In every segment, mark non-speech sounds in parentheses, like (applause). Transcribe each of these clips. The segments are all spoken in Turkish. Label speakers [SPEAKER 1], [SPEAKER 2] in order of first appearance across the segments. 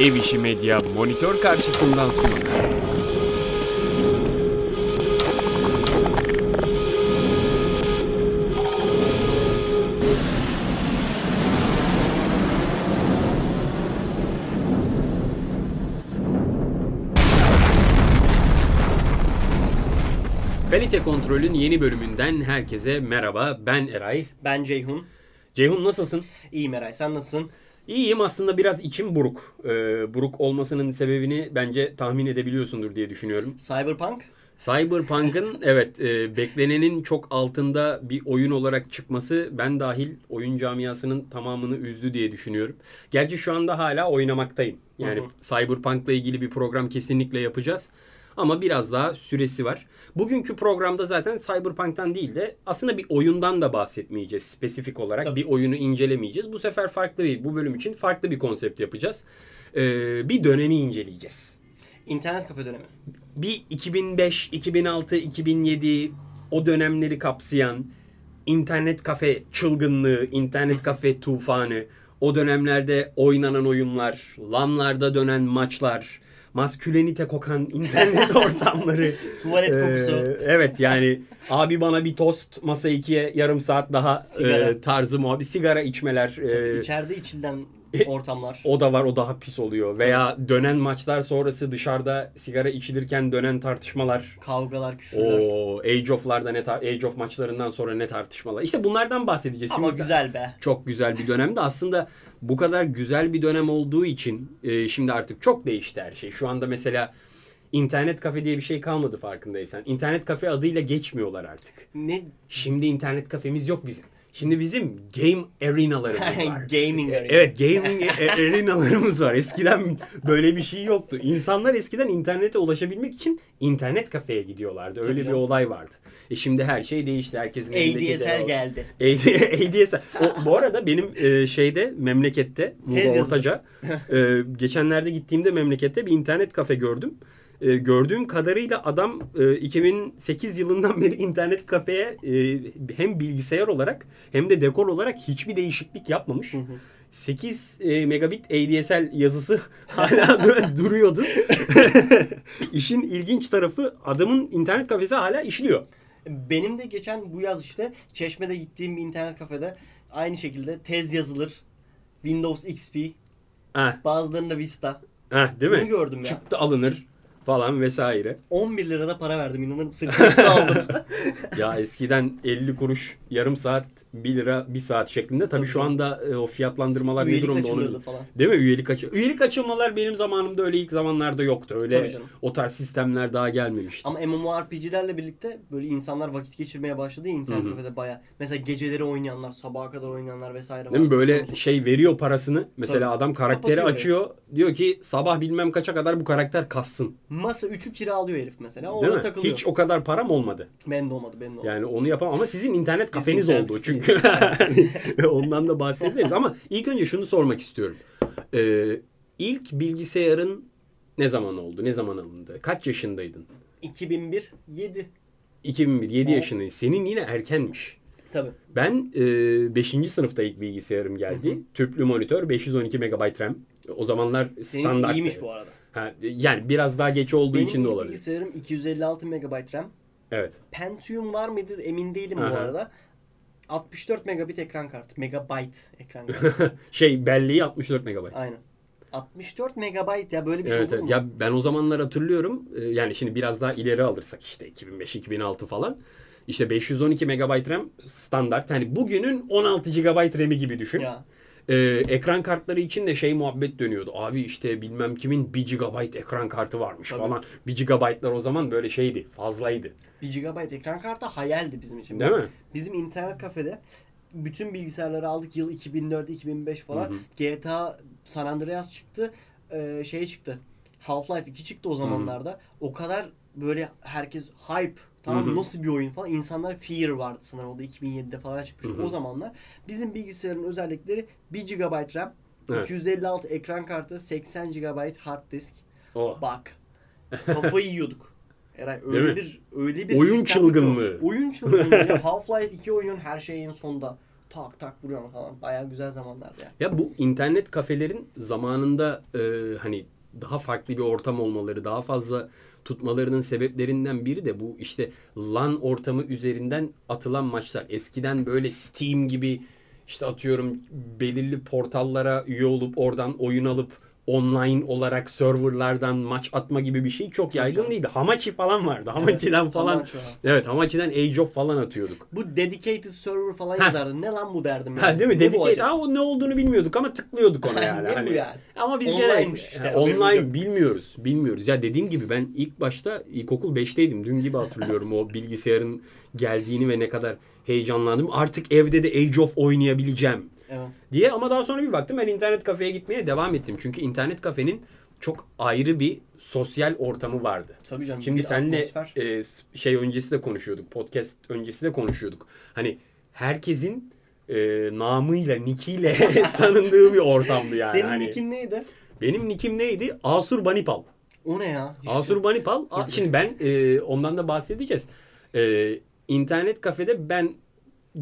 [SPEAKER 1] Ev işi medya monitör karşısından sunar. Kalite Kontrol'ün yeni bölümünden herkese merhaba. Ben Eray.
[SPEAKER 2] Ben Ceyhun.
[SPEAKER 1] Ceyhun nasılsın?
[SPEAKER 2] İyiyim Eray. Sen nasılsın?
[SPEAKER 1] İyiyim aslında biraz içim buruk. Ee, buruk olmasının sebebini bence tahmin edebiliyorsundur diye düşünüyorum.
[SPEAKER 2] Cyberpunk?
[SPEAKER 1] Cyberpunk'ın evet e, beklenenin çok altında bir oyun olarak çıkması ben dahil oyun camiasının tamamını üzdü diye düşünüyorum. Gerçi şu anda hala oynamaktayım. Yani Cyberpunk'la ilgili bir program kesinlikle yapacağız. Ama biraz daha süresi var. Bugünkü programda zaten Cyberpunk'tan değil de aslında bir oyundan da bahsetmeyeceğiz spesifik olarak. Bir oyunu incelemeyeceğiz. Bu sefer farklı bir, bu bölüm için farklı bir konsept yapacağız. Ee, bir dönemi inceleyeceğiz
[SPEAKER 2] İnternet kafe dönemi.
[SPEAKER 1] bir 2005, 2006, 2007 o dönemleri kapsayan internet kafe çılgınlığı, internet kafe tufanı, o dönemlerde oynanan oyunlar, LAN'larda dönen maçlar, maskülenite kokan
[SPEAKER 2] (laughs)
[SPEAKER 1] internet ortamları.
[SPEAKER 2] Tuvalet kokusu.
[SPEAKER 1] Ee, evet yani abi bana bir tost, masa ikiye yarım saat daha
[SPEAKER 2] Sigara.
[SPEAKER 1] e, tarzı muhabbet, sigara içmeler. e,
[SPEAKER 2] İçeride içilden ortamlar.
[SPEAKER 1] o da var o daha pis oluyor. Veya dönen maçlar sonrası dışarıda sigara içilirken dönen tartışmalar.
[SPEAKER 2] Kavgalar, küfürler.
[SPEAKER 1] O Age of'larda ne tar- Age of maçlarından sonra ne tartışmalar. İşte bunlardan bahsedeceğiz.
[SPEAKER 2] Ama
[SPEAKER 1] Şimdi-
[SPEAKER 2] güzel be.
[SPEAKER 1] Çok güzel bir dönemdi. Aslında bu kadar güzel bir dönem olduğu için e, şimdi artık çok değişti her şey. Şu anda mesela internet kafe diye bir şey kalmadı farkındaysan. İnternet kafe adıyla geçmiyorlar artık. (laughs)
[SPEAKER 2] Ne?
[SPEAKER 1] Şimdi internet kafemiz yok bizim. Şimdi bizim game
[SPEAKER 2] (laughs)
[SPEAKER 1] arenalarımız var.
[SPEAKER 2] Gaming arena.
[SPEAKER 1] Evet gaming e- arenalarımız var. Eskiden böyle bir şey yoktu. İnsanlar eskiden internete ulaşabilmek için internet kafeye gidiyorlardı. Öyle
[SPEAKER 2] Tabii
[SPEAKER 1] bir
[SPEAKER 2] canım.
[SPEAKER 1] olay vardı. E şimdi her şey değişti. Herkesin elindeki
[SPEAKER 2] ADSL
[SPEAKER 1] telefon-
[SPEAKER 2] geldi.
[SPEAKER 1] (laughs) AD- ADSL. O, bu arada benim e, şeyde memlekette
[SPEAKER 2] Tez
[SPEAKER 1] Muğla
[SPEAKER 2] yazılır. (laughs)
[SPEAKER 1] Ortaca e, geçenlerde gittiğimde memlekette bir internet kafe gördüm. E, gördüğüm kadarıyla adam e, 2008 yılından beri internet kafeye e, hem bilgisayar olarak hem de dekor olarak hiçbir değişiklik yapmamış. 8 e, megabit ADSL yazısı (laughs) hala du-
[SPEAKER 2] (laughs)
[SPEAKER 1] duruyordu. (laughs) İşin ilginç tarafı adamın internet kafesi hala işliyor.
[SPEAKER 2] Benim de geçen bu yaz işte Çeşme'de gittiğim bir internet kafede aynı şekilde tez yazılır. Windows XP,
[SPEAKER 1] Ha,
[SPEAKER 2] bazılarında Vista.
[SPEAKER 1] ha değil mi?
[SPEAKER 2] Bunu gördüm ya.
[SPEAKER 1] Çıktı alınır falan vesaire.
[SPEAKER 2] 11 lirada para verdim inanır mısın?
[SPEAKER 1] (laughs)
[SPEAKER 2] Çıktı aldım. (laughs)
[SPEAKER 1] Ya eskiden 50 kuruş yarım saat 1 lira 1 saat şeklinde. Tabii şu anda e, o fiyatlandırmalar ne
[SPEAKER 2] Üyelik
[SPEAKER 1] durumda
[SPEAKER 2] açılıyordu
[SPEAKER 1] onu
[SPEAKER 2] falan.
[SPEAKER 1] Değil mi? Üyelik açı Üyelik açılmalar benim zamanımda öyle ilk zamanlarda yoktu.
[SPEAKER 2] Tabii
[SPEAKER 1] Öyle
[SPEAKER 2] canım.
[SPEAKER 1] o tarz sistemler daha gelmemişti.
[SPEAKER 2] Ama MMORPG'lerle birlikte böyle insanlar vakit geçirmeye başladı ya internet kafede baya. Mesela geceleri oynayanlar, sabaha kadar oynayanlar vesaire.
[SPEAKER 1] Değil mi?
[SPEAKER 2] var.
[SPEAKER 1] Böyle şey veriyor parasını. Mesela
[SPEAKER 2] Tabii.
[SPEAKER 1] adam karakteri
[SPEAKER 2] Kapatıyor
[SPEAKER 1] açıyor. Diyor ki sabah bilmem kaça kadar bu karakter kassın.
[SPEAKER 2] Masa 3'ü kiralıyor herif mesela.
[SPEAKER 1] Değil
[SPEAKER 2] Orada
[SPEAKER 1] mi?
[SPEAKER 2] takılıyor.
[SPEAKER 1] Hiç o kadar param olmadı.
[SPEAKER 2] Benim de olmadı, benim de olmadı.
[SPEAKER 1] Yani onu yapamam ama sizin internet kafeniz
[SPEAKER 2] internet
[SPEAKER 1] oldu çünkü. Yani (laughs) Ondan da bahsederiz ama ilk önce şunu sormak istiyorum. Ee, ilk bilgisayarın ne zaman oldu? Ne zaman alındı? Kaç yaşındaydın?
[SPEAKER 2] 2001, 7.
[SPEAKER 1] 2001, 7
[SPEAKER 2] O-
[SPEAKER 1] yaşındaydın. Senin yine erkenmiş.
[SPEAKER 2] Tabii.
[SPEAKER 1] Ben 5. sınıfta ilk bilgisayarım geldi. Tüplü monitör, 512 MB RAM. O zamanlar
[SPEAKER 2] Seninki
[SPEAKER 1] standart.
[SPEAKER 2] iyiymiş bu arada.
[SPEAKER 1] Ha, yani biraz daha geç olduğu
[SPEAKER 2] Benim
[SPEAKER 1] için de
[SPEAKER 2] ilk
[SPEAKER 1] olabilir.
[SPEAKER 2] bilgisayarım 256 MB RAM.
[SPEAKER 1] Evet. (laughs)
[SPEAKER 2] Pentium var mıydı emin değilim bu
[SPEAKER 1] Aha.
[SPEAKER 2] arada. 64 megabit ekran kartı. Megabyte ekran kartı.
[SPEAKER 1] (laughs) şey belleği 64 MB.
[SPEAKER 2] Aynen. 64 megabayt ya böyle bir şey
[SPEAKER 1] Evet,
[SPEAKER 2] olur
[SPEAKER 1] evet.
[SPEAKER 2] mu?
[SPEAKER 1] Ya ben o zamanlar hatırlıyorum. Ee, Yani şimdi biraz daha ileri alırsak işte 2005-2006 falan. İşte 512 MB RAM standart. Hani bugünün 16 GB RAM'i gibi düşün.
[SPEAKER 2] Ya.
[SPEAKER 1] Ee, ekran kartları için de şey muhabbet dönüyordu. Abi işte bilmem kimin 1 GB ekran kartı varmış
[SPEAKER 2] Tabii.
[SPEAKER 1] falan. 1 GB'lar o zaman böyle şeydi, fazlaydı.
[SPEAKER 2] 1 GB ekran kartı hayaldi bizim için.
[SPEAKER 1] Değil mi?
[SPEAKER 2] Bizim internet kafede bütün bilgisayarları aldık yıl 2004-2005 falan. GTA San Andreas çıktı. Ee, şey çıktı. Half-Life 2 çıktı o zamanlarda. O kadar böyle herkes hype tamam
[SPEAKER 1] Hı hı.
[SPEAKER 2] nasıl bir oyun falan. İnsanlar fear vardı sanırım o da 2007'de falan çıkmış o zamanlar. Bizim bilgisayarın özellikleri 1 GB RAM,
[SPEAKER 1] Evet.
[SPEAKER 2] 256 ekran kartı, 80 GB hard disk.
[SPEAKER 1] O. (laughs)
[SPEAKER 2] Bak. Kafayı yiyorduk. Eray
[SPEAKER 1] Değil
[SPEAKER 2] öyle
[SPEAKER 1] mi?
[SPEAKER 2] bir öyle bir
[SPEAKER 1] Oyun
[SPEAKER 2] sistem yok.
[SPEAKER 1] çılgınlığı. (laughs)
[SPEAKER 2] Oyun çılgınlığı. Half-Life 2 oyunun her şey en sonda. tak tak vuruyorsun falan. Baya güzel zamanlardı yani.
[SPEAKER 1] Ya bu internet kafelerin zamanında e, hani daha farklı bir ortam olmaları, daha fazla tutmalarının sebeplerinden biri de bu işte LAN ortamı üzerinden atılan maçlar. Eskiden böyle Steam gibi işte atıyorum belirli portallara üye olup oradan oyun alıp online olarak serverlardan maç atma gibi bir şey çok yaygın
[SPEAKER 2] canım.
[SPEAKER 1] değildi. Hamachi falan vardı. Hamachi'den falan.
[SPEAKER 2] Hamachi var.
[SPEAKER 1] Evet, Hamachi'den Age of falan atıyorduk.
[SPEAKER 2] Bu dedicated server falan
[SPEAKER 1] Heh.
[SPEAKER 2] yazardı. Ne lan bu derdim yani.
[SPEAKER 1] Ha değil mi?
[SPEAKER 2] Ne
[SPEAKER 1] Dedik
[SPEAKER 2] bu
[SPEAKER 1] ki
[SPEAKER 2] acaba?
[SPEAKER 1] "Aa, o ne olduğunu bilmiyorduk ama tıklıyorduk ona
[SPEAKER 2] (laughs) Ne
[SPEAKER 1] yani.
[SPEAKER 2] bu
[SPEAKER 1] hani.
[SPEAKER 2] yani?
[SPEAKER 1] Ama biz
[SPEAKER 2] Online'mış
[SPEAKER 1] genelde
[SPEAKER 2] işte,
[SPEAKER 1] Ha,
[SPEAKER 3] haberimiz
[SPEAKER 1] online
[SPEAKER 3] yok.
[SPEAKER 1] bilmiyoruz. Bilmiyoruz. Ya dediğim gibi ben ilk başta ilkokul 5'teydim. Dün gibi hatırlıyorum o bilgisayarın geldiğini ve ne kadar heyecanlandım. Artık evde de Age of oynayabileceğim
[SPEAKER 2] Evet.
[SPEAKER 1] diye ama daha sonra bir baktım ben internet kafeye gitmeye devam ettim. Çünkü internet kafenin çok ayrı bir sosyal ortamı vardı.
[SPEAKER 2] Tabii canım.
[SPEAKER 1] Şimdi
[SPEAKER 2] bir
[SPEAKER 1] senle
[SPEAKER 2] atmosfer.
[SPEAKER 1] e, s- şey öncesi de konuşuyorduk. Podcast öncesi de konuşuyorduk. Hani herkesin e, namıyla, nikiyle (laughs) tanındığı bir ortamdı yani.
[SPEAKER 2] Senin
[SPEAKER 1] Hani
[SPEAKER 2] nickin neydi?
[SPEAKER 1] Benim nikim neydi? Asur Banipal.
[SPEAKER 2] O ne ya? şey Hiç-
[SPEAKER 1] Asur Banipal. A- Şimdi ben e, ondan da bahsedeceğiz. E, internet kafede ben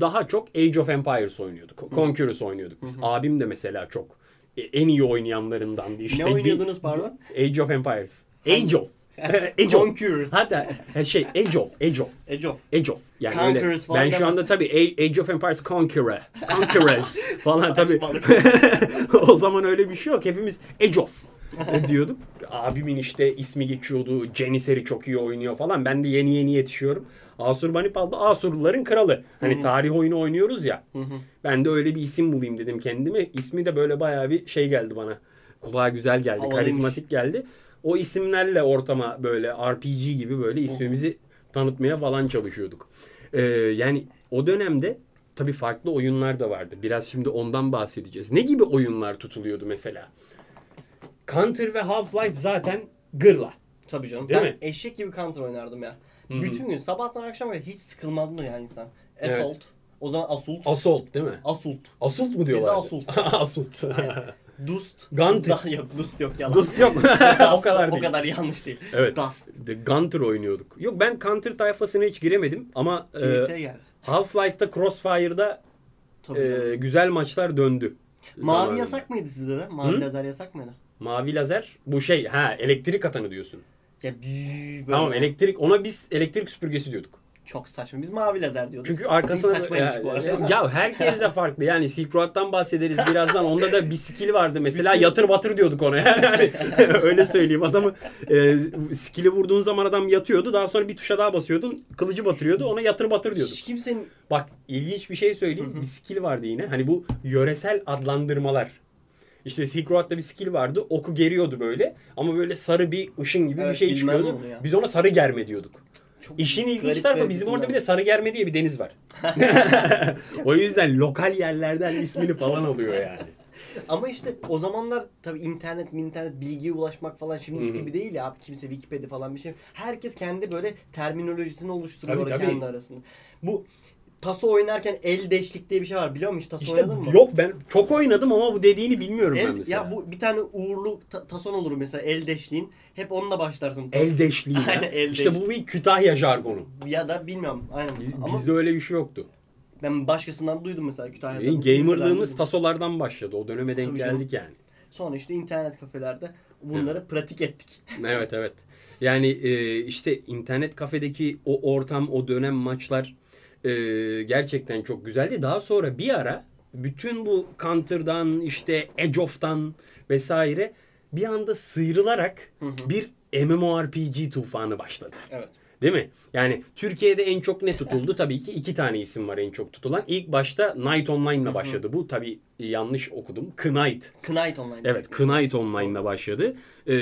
[SPEAKER 1] daha çok Age of Empires oynuyorduk. Conquerors oynuyorduk biz. Abim de mesela çok. e, en iyi oynayanlarındandı. İşte
[SPEAKER 2] ne oynuyordunuz pardon?
[SPEAKER 1] Age of Empires. Age
[SPEAKER 2] (laughs)
[SPEAKER 1] of. Age of.
[SPEAKER 2] Conquerors.
[SPEAKER 1] Hatta e, şey Age of, Age of.
[SPEAKER 2] Age of.
[SPEAKER 1] Age of. Yani
[SPEAKER 2] Conquerors
[SPEAKER 1] öyle-
[SPEAKER 2] falan
[SPEAKER 1] ben şu
[SPEAKER 2] deme.
[SPEAKER 1] anda tabii A- Age of Empires Conqueror.
[SPEAKER 2] (laughs)
[SPEAKER 1] Conquerors falan tabii.
[SPEAKER 2] Saçmalık.
[SPEAKER 1] (laughs) o zaman öyle bir şey yok. Hepimiz Age of diyorduk. Abimin işte ismi geçiyordu. Janiseri çok iyi oynuyor falan. Ben de yeni yeni yetişiyorum. Asurbanipal'da Asurluların kralı. Hani tarih oyunu oynuyoruz ya. Ben de öyle bir isim bulayım dedim kendime. İsmi de böyle bayağı bir şey geldi bana. Kulağa güzel geldi.
[SPEAKER 2] Havalıymış.
[SPEAKER 1] Karizmatik geldi. O isimlerle ortama böyle RPG gibi böyle ismimizi tanıtmaya falan çalışıyorduk. Ee, yani o dönemde tabii farklı oyunlar da vardı. Biraz şimdi ondan bahsedeceğiz. Ne gibi oyunlar tutuluyordu mesela? Counter ve Half-Life zaten gırla.
[SPEAKER 2] Tabii canım.
[SPEAKER 1] Değil
[SPEAKER 2] ben
[SPEAKER 1] mi?
[SPEAKER 2] eşek gibi counter oynardım ya. Bütün gün sabahtan akşama kadar hiç sıkılmazdı ya insan. Assault. O zaman Assault.
[SPEAKER 1] Assault değil mi? (laughs)
[SPEAKER 2] Assault.
[SPEAKER 1] Assault mu diyorlar?
[SPEAKER 2] Assault.
[SPEAKER 1] (laughs) Assault.
[SPEAKER 2] Dust.
[SPEAKER 1] Gunter.
[SPEAKER 2] Daha yok Dust yok yalan.
[SPEAKER 1] Dust yok.
[SPEAKER 2] Dust,
[SPEAKER 1] (laughs) o kadar
[SPEAKER 2] O
[SPEAKER 1] değil.
[SPEAKER 2] kadar yanlış değil.
[SPEAKER 1] Evet. Ee,
[SPEAKER 2] Dust.
[SPEAKER 1] The Gunter oynuyorduk. Yok ben Counter tayfasına hiç giremedim ama e,
[SPEAKER 2] Kilise gel.
[SPEAKER 1] Half-Life'da Crossfire'da
[SPEAKER 2] Tabii canım.
[SPEAKER 1] e, güzel maçlar döndü.
[SPEAKER 2] Mavi
[SPEAKER 1] Zamanında.
[SPEAKER 2] yasak mıydı sizde de? Mavi
[SPEAKER 1] Hı?
[SPEAKER 2] lazer yasak mıydı?
[SPEAKER 1] Mavi lazer bu şey ha elektrik atanı diyorsun.
[SPEAKER 2] Ya büyü- böyle
[SPEAKER 1] Tamam elektrik ona biz elektrik süpürgesi diyorduk.
[SPEAKER 2] çok saçma. Biz mavi lazer diyorduk.
[SPEAKER 1] Çünkü arkasına
[SPEAKER 2] Bizim saçmaymış bu arada.
[SPEAKER 1] ya herkes de farklı. Yani Silk Road'dan bahsederiz birazdan. Onda da bir skill vardı mesela
[SPEAKER 2] Bütün-
[SPEAKER 1] yatır batır diyorduk ona. Yani hani (laughs) öyle söyleyeyim. Adamı e, skill'i vurduğun zaman adam yatıyordu. Daha sonra bir tuşa daha basıyordun. Kılıcı batırıyordu. Ona yatır batır diyorduk.
[SPEAKER 2] Hiç kimsenin
[SPEAKER 1] Bak ilginç bir şey söyleyeyim. Bir skill vardı yine. Hani bu yöresel adlandırmalar. İşte Silk Road'da bir skill vardı. Oku geriyordu böyle. Ama böyle sarı bir ışın gibi bir
[SPEAKER 2] Evet,
[SPEAKER 1] şey
[SPEAKER 2] bilmem
[SPEAKER 1] çıkıyordu.
[SPEAKER 2] onu ya.
[SPEAKER 1] Biz ona sarı germe diyorduk.
[SPEAKER 2] çok
[SPEAKER 1] İşin ilginç
[SPEAKER 2] garip
[SPEAKER 1] tarafı
[SPEAKER 2] garip
[SPEAKER 1] bizim
[SPEAKER 2] isimler
[SPEAKER 1] orada bir
[SPEAKER 2] var.
[SPEAKER 1] de Sarıgerme diye bir deniz
[SPEAKER 2] (laughs)
[SPEAKER 1] var. (laughs) o yüzden lokal yerlerden ismini falan alıyor yani.
[SPEAKER 2] Ama işte o zamanlar tabii internet, internet bilgiye ulaşmak falan şimdi gibi değil ya. Abi kimse Wikipedia falan bir şey. Herkes kendi böyle terminolojisini oluşturuyor
[SPEAKER 1] Tabii, tabii.
[SPEAKER 2] kendi arasında. Bu taso oynarken el deşlik diye bir şey var. Biliyor musun hiç taso
[SPEAKER 1] İşte
[SPEAKER 2] oynadın mı?
[SPEAKER 1] yok ben çok oynadım ama bu dediğini bilmiyorum ben
[SPEAKER 2] El,
[SPEAKER 1] mesela.
[SPEAKER 2] ya bu bir tane uğurlu ta- tason olur mesela el deşliğin. Hep onunla başlarsın.
[SPEAKER 1] El deşliği. ya.
[SPEAKER 2] (laughs) Aynen, el
[SPEAKER 1] işte bu bir Kütahya jargonu.
[SPEAKER 2] Ya da bilmiyorum. Aynen.
[SPEAKER 1] Biz-
[SPEAKER 2] Ama
[SPEAKER 1] Bizde öyle bir şey yoktu.
[SPEAKER 2] ben başkasından duydum mesela Kütahya'da.
[SPEAKER 1] Benim gamerlığımız tasolardan başladı. O döneme denk
[SPEAKER 2] Tabii canım.
[SPEAKER 1] geldik yani.
[SPEAKER 2] Sonra işte internet kafelerde bunları pratik ettik.
[SPEAKER 1] Evet evet. Yani e, işte internet kafedeki o ortam, o dönem maçlar e, gerçekten çok güzeldi. Daha sonra bir ara bütün bu Counter'dan işte Edge of'tan vesaire bir anda sıyrılarak bir MMORPG tufanı başladı.
[SPEAKER 2] Evet.
[SPEAKER 1] Değil mi? Yani Türkiye'de en çok ne tutuldu? Tabii ki iki tane isim var en çok tutulan. İlk başta Knight Online'la başladı. Bu tabii yanlış okudum. Knight.
[SPEAKER 2] (laughs) Knight Online.
[SPEAKER 1] Evet, Knight Online'la başladı. Ee,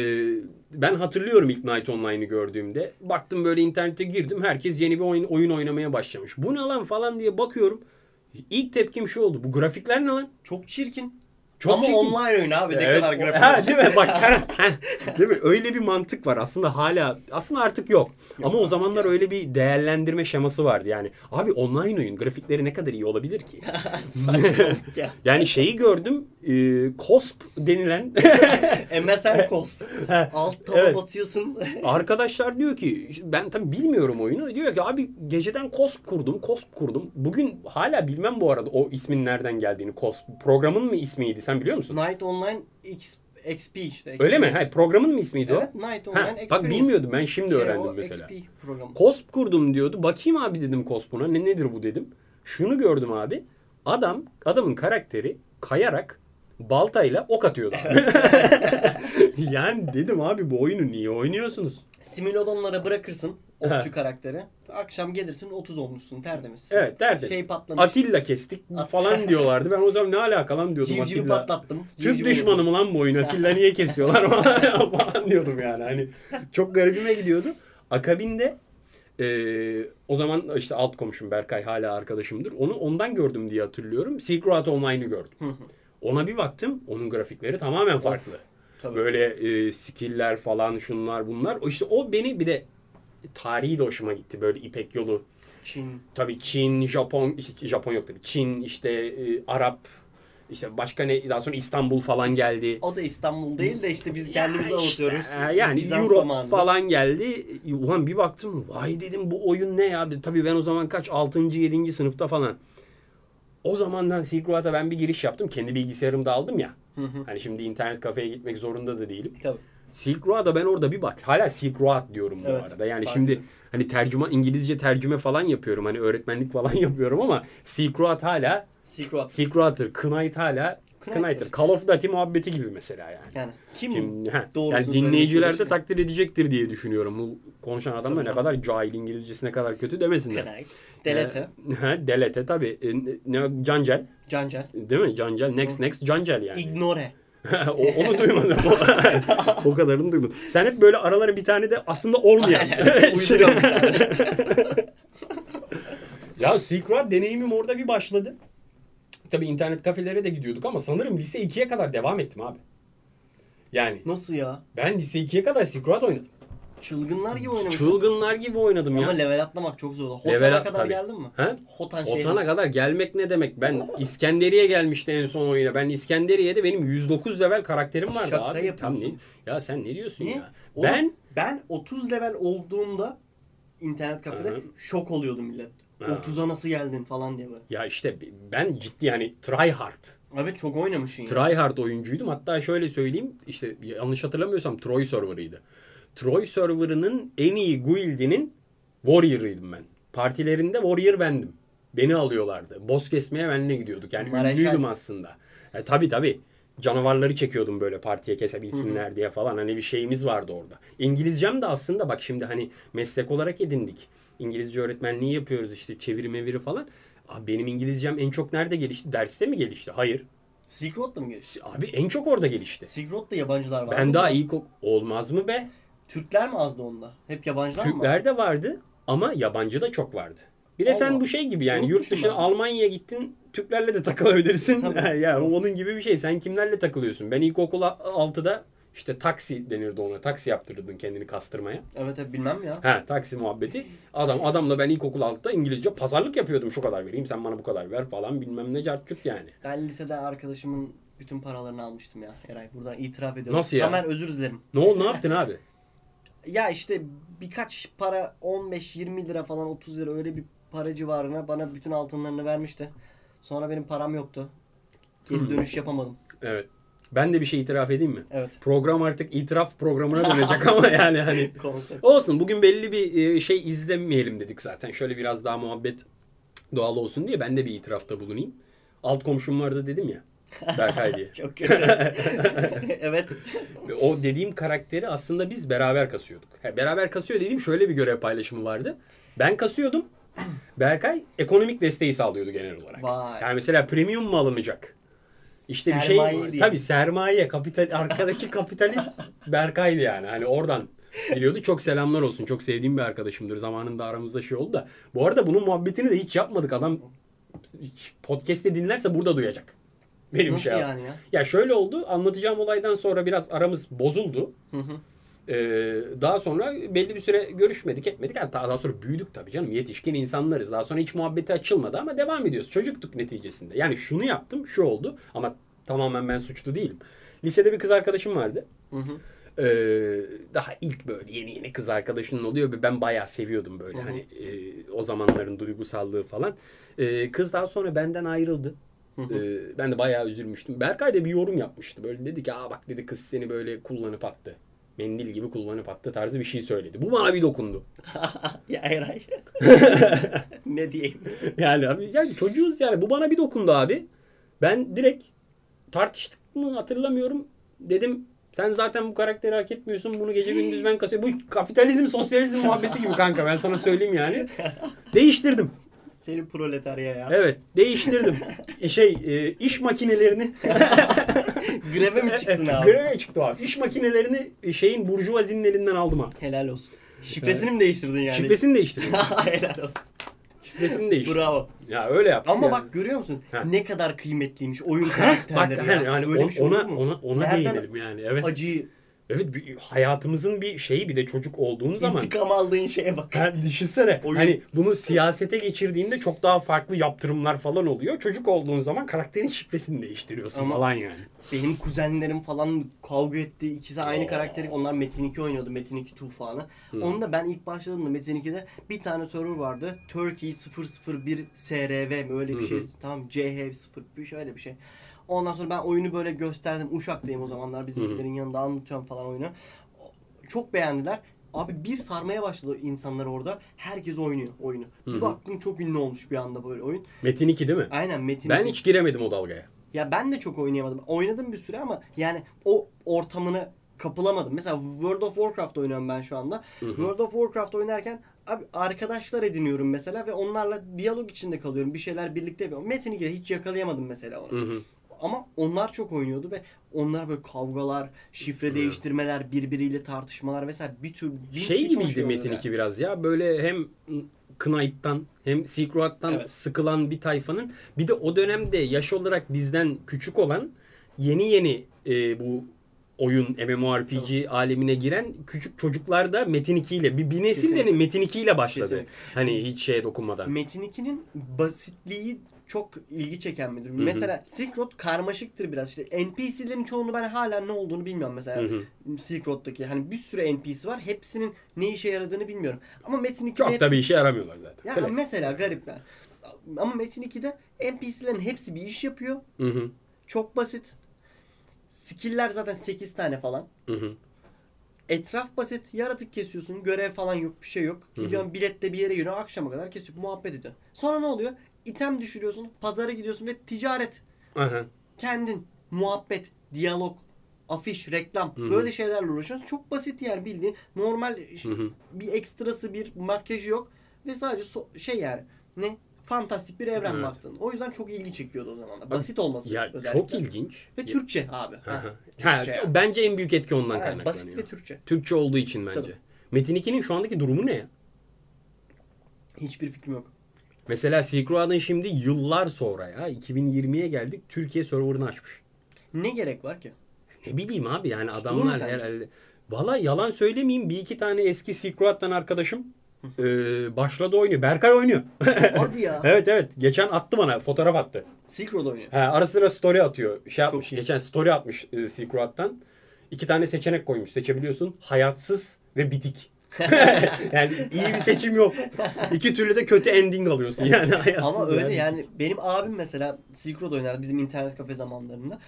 [SPEAKER 1] ben hatırlıyorum ilk Knight Online'ı gördüğümde. Baktım böyle internete girdim. Herkes yeni bir oyun, oyun oynamaya başlamış. Bu ne lan falan diye bakıyorum. İlk tepkim şu oldu. Bu grafikler ne lan?
[SPEAKER 2] Çok çirkin.
[SPEAKER 1] Çok
[SPEAKER 2] Ama
[SPEAKER 1] çirkin.
[SPEAKER 2] online oyun abi ne
[SPEAKER 1] Evet,
[SPEAKER 2] kadar
[SPEAKER 1] o-
[SPEAKER 2] grafik.
[SPEAKER 1] Ha, (laughs)
[SPEAKER 2] (laughs)
[SPEAKER 1] değil mi? Bak heh, değil mi? Öyle bir mantık var aslında hala aslında artık yok. Ama o
[SPEAKER 2] artık
[SPEAKER 1] zamanlar öyle bir değerlendirme şeması vardı yani. Abi online oyun grafikleri ne kadar iyi olabilir ki?
[SPEAKER 2] Saçmalık ya.
[SPEAKER 1] Yani şeyi gördüm. E, COSP denilen
[SPEAKER 2] MSN Cosp. Alt taba
[SPEAKER 1] Evet.
[SPEAKER 2] basıyorsun. (laughs)
[SPEAKER 1] arkadaşlar diyor ki ben tabii bilmiyorum oyunu. Diyor ki abi geceden COSP kurdum, COSP kurdum. Bugün hala bilmem bu arada o ismin nereden geldiğini. COSP programın mı ismiydi sen biliyor musun?
[SPEAKER 2] Night Online X, XP işte.
[SPEAKER 1] Öyle mi?
[SPEAKER 2] Experience.
[SPEAKER 1] Hayır programın mı ismiydi o?
[SPEAKER 2] Evet Night Online
[SPEAKER 1] Ha,
[SPEAKER 2] Experience.
[SPEAKER 1] bak bilmiyordum ben şimdi
[SPEAKER 2] K.O.
[SPEAKER 1] öğrendim mesela.
[SPEAKER 2] XP programı.
[SPEAKER 1] Kosp kurdum diyordu. Bakayım abi dedim Kosp'una. Ne nedir bu dedim. Şunu gördüm abi. Adam adamın karakteri kayarak baltayla ok atıyordu. abi. (laughs) yani dedim abi bu oyunu niye oynuyorsunuz?
[SPEAKER 2] Simülodonlara bırakırsın okçu
[SPEAKER 1] Ha.
[SPEAKER 2] karakteri. Akşam gelirsin 30 olmuşsun tertemiz.
[SPEAKER 1] Evet derdi.
[SPEAKER 2] Şey patlamış.
[SPEAKER 1] Atilla kestik
[SPEAKER 2] (laughs)
[SPEAKER 1] falan diyorlardı. Ben o zaman ne alaka lan diyordum
[SPEAKER 2] Civcivi
[SPEAKER 1] Atilla.
[SPEAKER 2] patlattım.
[SPEAKER 1] Türk
[SPEAKER 2] Civcivi
[SPEAKER 1] düşmanı mı lan bu oyun? Atilla niye kesiyorlar (laughs) falan diyordum yani. Hani çok garibime gidiyordu. Akabinde eee, o zaman işte alt komşum Berkay hala arkadaşımdır. Onu ondan gördüm diye hatırlıyorum. Secret Art Online'ı gördüm. Ona bir baktım. Onun grafikleri tamamen farklı.
[SPEAKER 2] tabii.
[SPEAKER 1] Böyle eee, skill'ler falan şunlar bunlar. O işte o beni bir de tarihi de hoşuma gitti. Böyle İpek yolu.
[SPEAKER 2] Çin.
[SPEAKER 1] Tabii Çin, Japon, işte Japon yok tabii. Çin, işte e, Arap, işte başka ne daha sonra İstanbul falan geldi.
[SPEAKER 2] O da İstanbul değil de işte biz kendimizi
[SPEAKER 1] Ya işte,
[SPEAKER 2] avutuyoruz.
[SPEAKER 1] e, yani
[SPEAKER 2] Bizans
[SPEAKER 1] Euro
[SPEAKER 2] zamanında.
[SPEAKER 1] falan geldi. E, Ulan bir baktım vay dedim bu oyun ne ya? Tabii ben o zaman kaç 6. 7. sınıfta falan. O zamandan Silkroad'a ben bir giriş yaptım. Kendi bilgisayarımı da aldım ya. Hani şimdi internet kafeye gitmek zorunda da değilim.
[SPEAKER 2] Tabii.
[SPEAKER 1] Silk Road'a ben orada bir bak. Hala Silk Road diyorum bu
[SPEAKER 2] Evet,
[SPEAKER 1] arada. Yani
[SPEAKER 2] fark
[SPEAKER 1] şimdi
[SPEAKER 2] ettim.
[SPEAKER 1] hani tercüme İngilizce tercüme falan yapıyorum. Hani öğretmenlik falan (laughs) yapıyorum ama Silk Road hala
[SPEAKER 2] Silk Road.
[SPEAKER 1] Silk Road'dır. Knight hala
[SPEAKER 2] Knight'tır.
[SPEAKER 1] Knight'tır. Call of Duty muhabbeti gibi mesela yani.
[SPEAKER 2] Yani kim?
[SPEAKER 1] Şimdi, heh, yani
[SPEAKER 2] Doğrusunu
[SPEAKER 1] dinleyiciler de
[SPEAKER 2] söyleyeyim.
[SPEAKER 1] takdir edecektir diye düşünüyorum. Bu konuşan adam da
[SPEAKER 2] şey Tabii
[SPEAKER 1] ne kadar cahil İngilizcesi ne kadar kötü demesinler.
[SPEAKER 2] Knight. Delete.
[SPEAKER 1] Ee, he, delete tabii. Ee, ne- Cancel
[SPEAKER 2] Cancel.
[SPEAKER 1] değil mi? Cancel. Next next Cancel yani.
[SPEAKER 2] Ignore.
[SPEAKER 1] (laughs) o, onu duymadım. o kadarını duymadım. Sen hep böyle aralara bir tane de aslında olmayan. (laughs) Şey
[SPEAKER 2] Uyduruyorum bir tane.
[SPEAKER 1] ya Secret deneyimim orada bir başladı. Tabii internet kafelere de gidiyorduk ama sanırım lise 2'ye kadar devam ettim abi. Yani
[SPEAKER 2] Nasıl ya?
[SPEAKER 1] ben lise 2'ye kadar Secret oynadım.
[SPEAKER 2] Çılgınlar gibi oynamış.
[SPEAKER 1] Çılgınlar gibi oynadım ya.
[SPEAKER 2] Ama level atlamak çok zor. Hotan'a
[SPEAKER 1] Level at-
[SPEAKER 2] kadar
[SPEAKER 1] tabii.
[SPEAKER 2] geldin mi?
[SPEAKER 1] He?
[SPEAKER 2] Hotan şey.
[SPEAKER 1] Otana kadar gelmek ne demek? Ben İskenderiye gelmişti en son oyuna. Ben İskenderiye'de benim 109 level karakterim vardı
[SPEAKER 2] Şaka
[SPEAKER 1] abi.
[SPEAKER 2] yapıyorsun.
[SPEAKER 1] Tam ne- Ya sen ne diyorsun
[SPEAKER 2] Niye?
[SPEAKER 1] ya?
[SPEAKER 2] Oğlum,
[SPEAKER 1] ben
[SPEAKER 2] ben 30 level olduğumda internet kafede
[SPEAKER 1] Hı hı.
[SPEAKER 2] şok oluyordum millet.
[SPEAKER 1] Ha.
[SPEAKER 2] 30'a nasıl geldin falan diye böyle.
[SPEAKER 1] Ya işte ben ciddi yani try hard.
[SPEAKER 2] Evet çok oynamışsın ya.
[SPEAKER 1] Try hard oyuncuydum. Hatta şöyle söyleyeyim işte yanlış hatırlamıyorsam Troy serverıydı. Troy serverının en iyi guildinin warrior'ıydım ben. Partilerinde warrior bendim. Beni alıyorlardı. Boss kesmeye benimle gidiyorduk. Yani
[SPEAKER 2] Mareşal.
[SPEAKER 1] ünlüydüm aslında. E, tabii tabii. Canavarları çekiyordum böyle partiye kesebilsinler diye falan. Hani bir şeyimiz vardı orada. İngilizcem de aslında bak şimdi hani meslek olarak edindik. İngilizce öğretmenliği yapıyoruz işte çeviri meviri falan. Abi benim İngilizcem en çok nerede gelişti? Derste mi gelişti? Hayır.
[SPEAKER 2] Silk Road'da mı geçti?
[SPEAKER 1] Abi en çok orada gelişti.
[SPEAKER 2] Silk Road'da yabancılar vardı.
[SPEAKER 1] Ben daha iyi kok olmaz mı be?
[SPEAKER 2] Türkler mi azdı onda? Hep yabancılar mı? vardı?
[SPEAKER 1] Türkler de vardı ama yabancı da çok vardı. Bir de sen
[SPEAKER 2] Allah.
[SPEAKER 1] bu şey gibi yani yurt
[SPEAKER 2] Unutmuşum
[SPEAKER 1] dışına
[SPEAKER 2] ben.
[SPEAKER 1] Almanya'ya gittin Türklerle de takılabilirsin. (laughs)
[SPEAKER 2] Tabii.
[SPEAKER 1] yani onun gibi bir şey. Sen kimlerle takılıyorsun? Ben ilkokul 6'da işte taksi denirdi ona. Taksi yaptırırdın kendini kastırmaya.
[SPEAKER 2] Evet evet bilmem ya.
[SPEAKER 1] Ha taksi muhabbeti. Adam adamla ben ilkokul 6'da İngilizce pazarlık yapıyordum. Şu kadar vereyim sen bana bu kadar ver falan bilmem ne cart curt yani.
[SPEAKER 2] Ben lisede arkadaşımın bütün paralarını almıştım ya Eray. Buradan itiraf ediyorum.
[SPEAKER 1] Nasıl ya?
[SPEAKER 2] Hemen özür dilerim.
[SPEAKER 1] Ne oldu ne yaptın abi?
[SPEAKER 2] Ya işte birkaç para 15-20 lira falan 30 lira öyle bir para civarına bana bütün altınlarını vermişti. Sonra benim param yoktu.
[SPEAKER 1] Hmm.
[SPEAKER 2] Geri dönüş yapamadım.
[SPEAKER 1] Evet. Ben de bir şey itiraf edeyim mi?
[SPEAKER 2] Evet.
[SPEAKER 1] Program artık itiraf programına dönecek ama yani (laughs) hani.
[SPEAKER 2] Konsept.
[SPEAKER 1] Olsun bugün belli bir e, şey izlemeyelim dedik zaten. Şöyle biraz daha muhabbet doğal olsun diye ben de bir itirafta bulunayım. Alt komşum vardı dedim ya. Berkay diye. (laughs)
[SPEAKER 2] Çok kötü. (laughs) evet. (laughs)
[SPEAKER 1] Ve o dediğim karakteri aslında biz beraber kasıyorduk. Ha, beraber kasıyor dediğim şöyle bir görev paylaşımı vardı. Ben kasıyordum. Berkay ekonomik desteği sağlıyordu genel olarak.
[SPEAKER 2] Vay.
[SPEAKER 1] Yani mesela premium mu alınacak? İşte bir şey
[SPEAKER 2] Sermaye diye.
[SPEAKER 1] tabii sermaye kapital arkadaki kapitalist Berkay'dı yani. Hani oradan geliyordu. Çok selamlar olsun. Çok sevdiğim bir arkadaşımdır. Zamanında aramızda şey oldu da. Bu arada bunun muhabbetini de hiç yapmadık. Adam podcast'te dinlerse burada duyacak. benim
[SPEAKER 2] Nasıl
[SPEAKER 1] şey yap-
[SPEAKER 2] yani ya?
[SPEAKER 1] Ya şöyle oldu. Anlatacağım olaydan sonra biraz aramız bozuldu.
[SPEAKER 2] Hı hı.
[SPEAKER 1] Ee, daha sonra belli bir süre görüşmedik etmedik. Hatta daha sonra büyüdük tabii canım. Yetişkin insanlarız. Daha sonra hiç muhabbeti açılmadı ama devam ediyoruz. Çocuktuk neticesinde. Yani şunu yaptım şu oldu ama tamamen ben suçlu değilim. Lisede bir kız arkadaşım vardı.
[SPEAKER 2] Hı hı.
[SPEAKER 1] Ee, daha ilk böyle yeni yeni kız arkadaşının oluyor. ve Ben bayağı seviyordum böyle
[SPEAKER 2] Hı hı.
[SPEAKER 1] hani e, o zamanların duygusallığı falan. Ee, kız daha sonra benden ayrıldı.
[SPEAKER 2] Hı hı.
[SPEAKER 1] Ee, ben de bayağı üzülmüştüm. Berkay da bir yorum yapmıştı. Böyle dedi ki aa bak dedi kız seni böyle kullanıp attı. Mendil gibi kullanıp attı tarzı bir şey söyledi. Bu bana bir dokundu. (laughs)
[SPEAKER 2] ya Eray. ne diyeyim?
[SPEAKER 1] Yani abi yani çocuğuz yani bu bana bir dokundu abi. Ben direkt tartıştık mı hatırlamıyorum. Dedim sen zaten bu karakteri hak etmiyorsun. Bunu gece gündüz ben kasıyorum. Bu kapitalizm sosyalizm muhabbeti gibi kanka ben sana söyleyeyim
[SPEAKER 2] (laughs)
[SPEAKER 1] yani. Değiştirdim.
[SPEAKER 2] Seni proletarya ya.
[SPEAKER 1] Evet değiştirdim. Şey e, iş makinelerini
[SPEAKER 2] Greve mi
[SPEAKER 1] (laughs)
[SPEAKER 2] çıktın abi?
[SPEAKER 1] Greve çıktı abi. İş makinelerini e, şeyin burjuvazinin elinden aldım abi.
[SPEAKER 2] Helal olsun. Şifresini mi değiştirdin yani?
[SPEAKER 1] Şifresini değiştirdim.
[SPEAKER 2] (laughs) Helal olsun.
[SPEAKER 1] Şifresini değiştirdim.
[SPEAKER 2] Bravo.
[SPEAKER 1] Ya öyle yaptım.
[SPEAKER 2] Ama
[SPEAKER 1] yani.
[SPEAKER 2] bak görüyor musun?
[SPEAKER 1] Ha.
[SPEAKER 2] Ne kadar kıymetliymiş oyun
[SPEAKER 1] bak
[SPEAKER 2] karakterleri ya.
[SPEAKER 1] yani, yani
[SPEAKER 2] Böyle
[SPEAKER 1] on-
[SPEAKER 2] bir şey
[SPEAKER 1] ona,
[SPEAKER 2] olur mu?
[SPEAKER 1] ona ona
[SPEAKER 2] Nereden
[SPEAKER 1] değinelim yani. Evet.
[SPEAKER 2] Acıyı,
[SPEAKER 1] Evet bir- hayatımızın bir şeyi bir de çocuk olduğun zaman.
[SPEAKER 2] intikam aldığın şeye bak.
[SPEAKER 1] Yani (laughs) düşünsene
[SPEAKER 2] Oyun.
[SPEAKER 1] hani bunu siyasete geçirdiğinde çok daha farklı yaptırımlar falan oluyor. Çocuk olduğun zaman karakterin şifresini değiştiriyorsun
[SPEAKER 2] Ama-
[SPEAKER 1] falan yani.
[SPEAKER 2] Benim kuzenlerim falan kavga etti. İkisi aynı
[SPEAKER 1] Oo. Hmm.
[SPEAKER 2] karakteri. Onlar Metin 2 oynuyordu. Metin 2 Tufanı. Onu da ben ilk başladığımda Metin 2'de bir tane server vardı. Turkey 001 SRV mi öyle bir şey. Tam CH 01 şöyle bir şey. Ondan sonra ben oyunu böyle gösterdim. Uşak'tayım o zamanlar. Bizimkilerin yanında anlatıyorum falan oyunu. O- Çok beğendiler. Abi bir sarmaya başladı insanlar orada. Herkes oynuyor oyunu. Bir baktım çok ünlü olmuş bir anda böyle oyun.
[SPEAKER 1] Metin 2 değil mi?
[SPEAKER 2] Aynen Metin
[SPEAKER 1] Ben
[SPEAKER 2] 2.
[SPEAKER 1] hiç giremedim o dalgaya.
[SPEAKER 2] Ya ben de çok oynayamadım. Oynadım bir süre ama yani o ortamını kapılamadım. Mesela World of Warcraft oynuyorum ben şu anda. World of Warcraft oynarken abi arkadaşlar ediniyorum mesela ve onlarla diyalog içinde kalıyorum. Bir şeyler birlikte yapıyorum. Metin 2'de hiç yakalayamadım mesela onu.
[SPEAKER 1] hı.
[SPEAKER 2] Ama onlar çok oynuyordu ve onlar böyle kavgalar, şifre değiştirmeler, birbiriyle tartışmalar vesaire bir tür bir,
[SPEAKER 1] şey
[SPEAKER 2] bir ton
[SPEAKER 1] gibiydi
[SPEAKER 2] oluyor
[SPEAKER 1] Metin
[SPEAKER 2] yani.
[SPEAKER 1] 2 biraz ya. Böyle hem Knight'tan hem Silk Road'dan
[SPEAKER 2] Evet.
[SPEAKER 1] sıkılan bir tayfanın bir de o dönemde yaş olarak bizden küçük olan yeni yeni e, bu oyun MMORPG alemine giren küçük çocuklar da Metin 2 ile bir, bir nesil de
[SPEAKER 2] Kesinlikle.
[SPEAKER 1] Metin 2 ile başladı.
[SPEAKER 2] Kesinlikle.
[SPEAKER 1] Hani hiç şeye dokunmadan.
[SPEAKER 2] Metin 2'nin basitliği çok ilgi çeken bir durum. Mesela Silk Road karmaşıktır biraz. İşte NPC'lerin çoğunu ben hala ne olduğunu bilmiyorum mesela.
[SPEAKER 1] Hı
[SPEAKER 2] Silk Road'daki hani bir sürü NPC var. Hepsinin ne işe yaradığını bilmiyorum. Ama Metin 2'de
[SPEAKER 1] Çok
[SPEAKER 2] hepsi...
[SPEAKER 1] da bir işe yaramıyorlar zaten.
[SPEAKER 2] Ya
[SPEAKER 1] Klasik.
[SPEAKER 2] mesela garip ya. Ama Metin 2'de NPC'lerin hepsi bir iş yapıyor.
[SPEAKER 1] Hı hı,
[SPEAKER 2] Çok basit. Skill'ler zaten 8 tane falan.
[SPEAKER 1] hı hı.
[SPEAKER 2] Etraf basit. Yaratık kesiyorsun. Görev falan yok. Bir şey yok. Gidiyorsun biletle bir yere yürüyorsun. Akşama kadar kesip muhabbet ediyorsun. Sonra ne oluyor? İtem düşürüyorsun. Pazara gidiyorsun ve ticaret.
[SPEAKER 1] Aha.
[SPEAKER 2] Kendin. Muhabbet. Diyalog. Afiş. Reklam. Böyle şeylerle uğraşıyorsun. Çok basit yani bildiğin. Normal ş- bir ekstrası bir makyajı yok. Ve sadece so- şey yani. Ne? Fantastik bir evren
[SPEAKER 1] Evet.
[SPEAKER 2] baktın. O yüzden çok ilgi çekiyordu o zaman da. Basit olması
[SPEAKER 1] Ya
[SPEAKER 2] özellikle.
[SPEAKER 1] çok ilginç.
[SPEAKER 2] Ve Türkçe abi.
[SPEAKER 1] Aha.
[SPEAKER 2] Ha.
[SPEAKER 1] Ha,
[SPEAKER 2] Türkçe yani.
[SPEAKER 1] bence en büyük etki ondan
[SPEAKER 2] Aynen,
[SPEAKER 1] kaynaklanıyor.
[SPEAKER 2] Basit ve Türkçe.
[SPEAKER 1] Türkçe olduğu için bence.
[SPEAKER 2] Tabii.
[SPEAKER 1] Metin 2'nin şu andaki durumu ne ya?
[SPEAKER 2] Hiçbir fikrim yok.
[SPEAKER 1] Mesela Silk Road'ın şimdi yıllar sonra ya 2020'ye geldik Türkiye serverını açmış.
[SPEAKER 2] Ne gerek var ki?
[SPEAKER 1] Ne bileyim abi yani
[SPEAKER 2] Tutulur mu
[SPEAKER 1] adamlar
[SPEAKER 2] sence?
[SPEAKER 1] herhalde. Valla yalan söylemeyeyim bir iki tane eski Silk Road'dan arkadaşım e, başladı oynuyor. Berkay oynuyor. (laughs)
[SPEAKER 2] Hadi ya.
[SPEAKER 1] evet evet geçen attı bana fotoğraf attı.
[SPEAKER 2] Silk Road oynuyor.
[SPEAKER 1] He, ara sıra story atıyor. Şey yapmış,
[SPEAKER 2] iyi.
[SPEAKER 1] geçen story atmış e, Silk Road'dan. İki tane seçenek koymuş. Seçebiliyorsun. Hayatsız ve bitik.
[SPEAKER 2] (laughs)
[SPEAKER 1] (laughs) yani iyi bir seçim yok. İki türlü de kötü ending alıyorsun. Yani hayatsız
[SPEAKER 2] Ama
[SPEAKER 1] ve
[SPEAKER 2] öyle
[SPEAKER 1] bitik.
[SPEAKER 2] yani benim abim mesela Silk Road oynardı bizim internet kafe zamanlarında.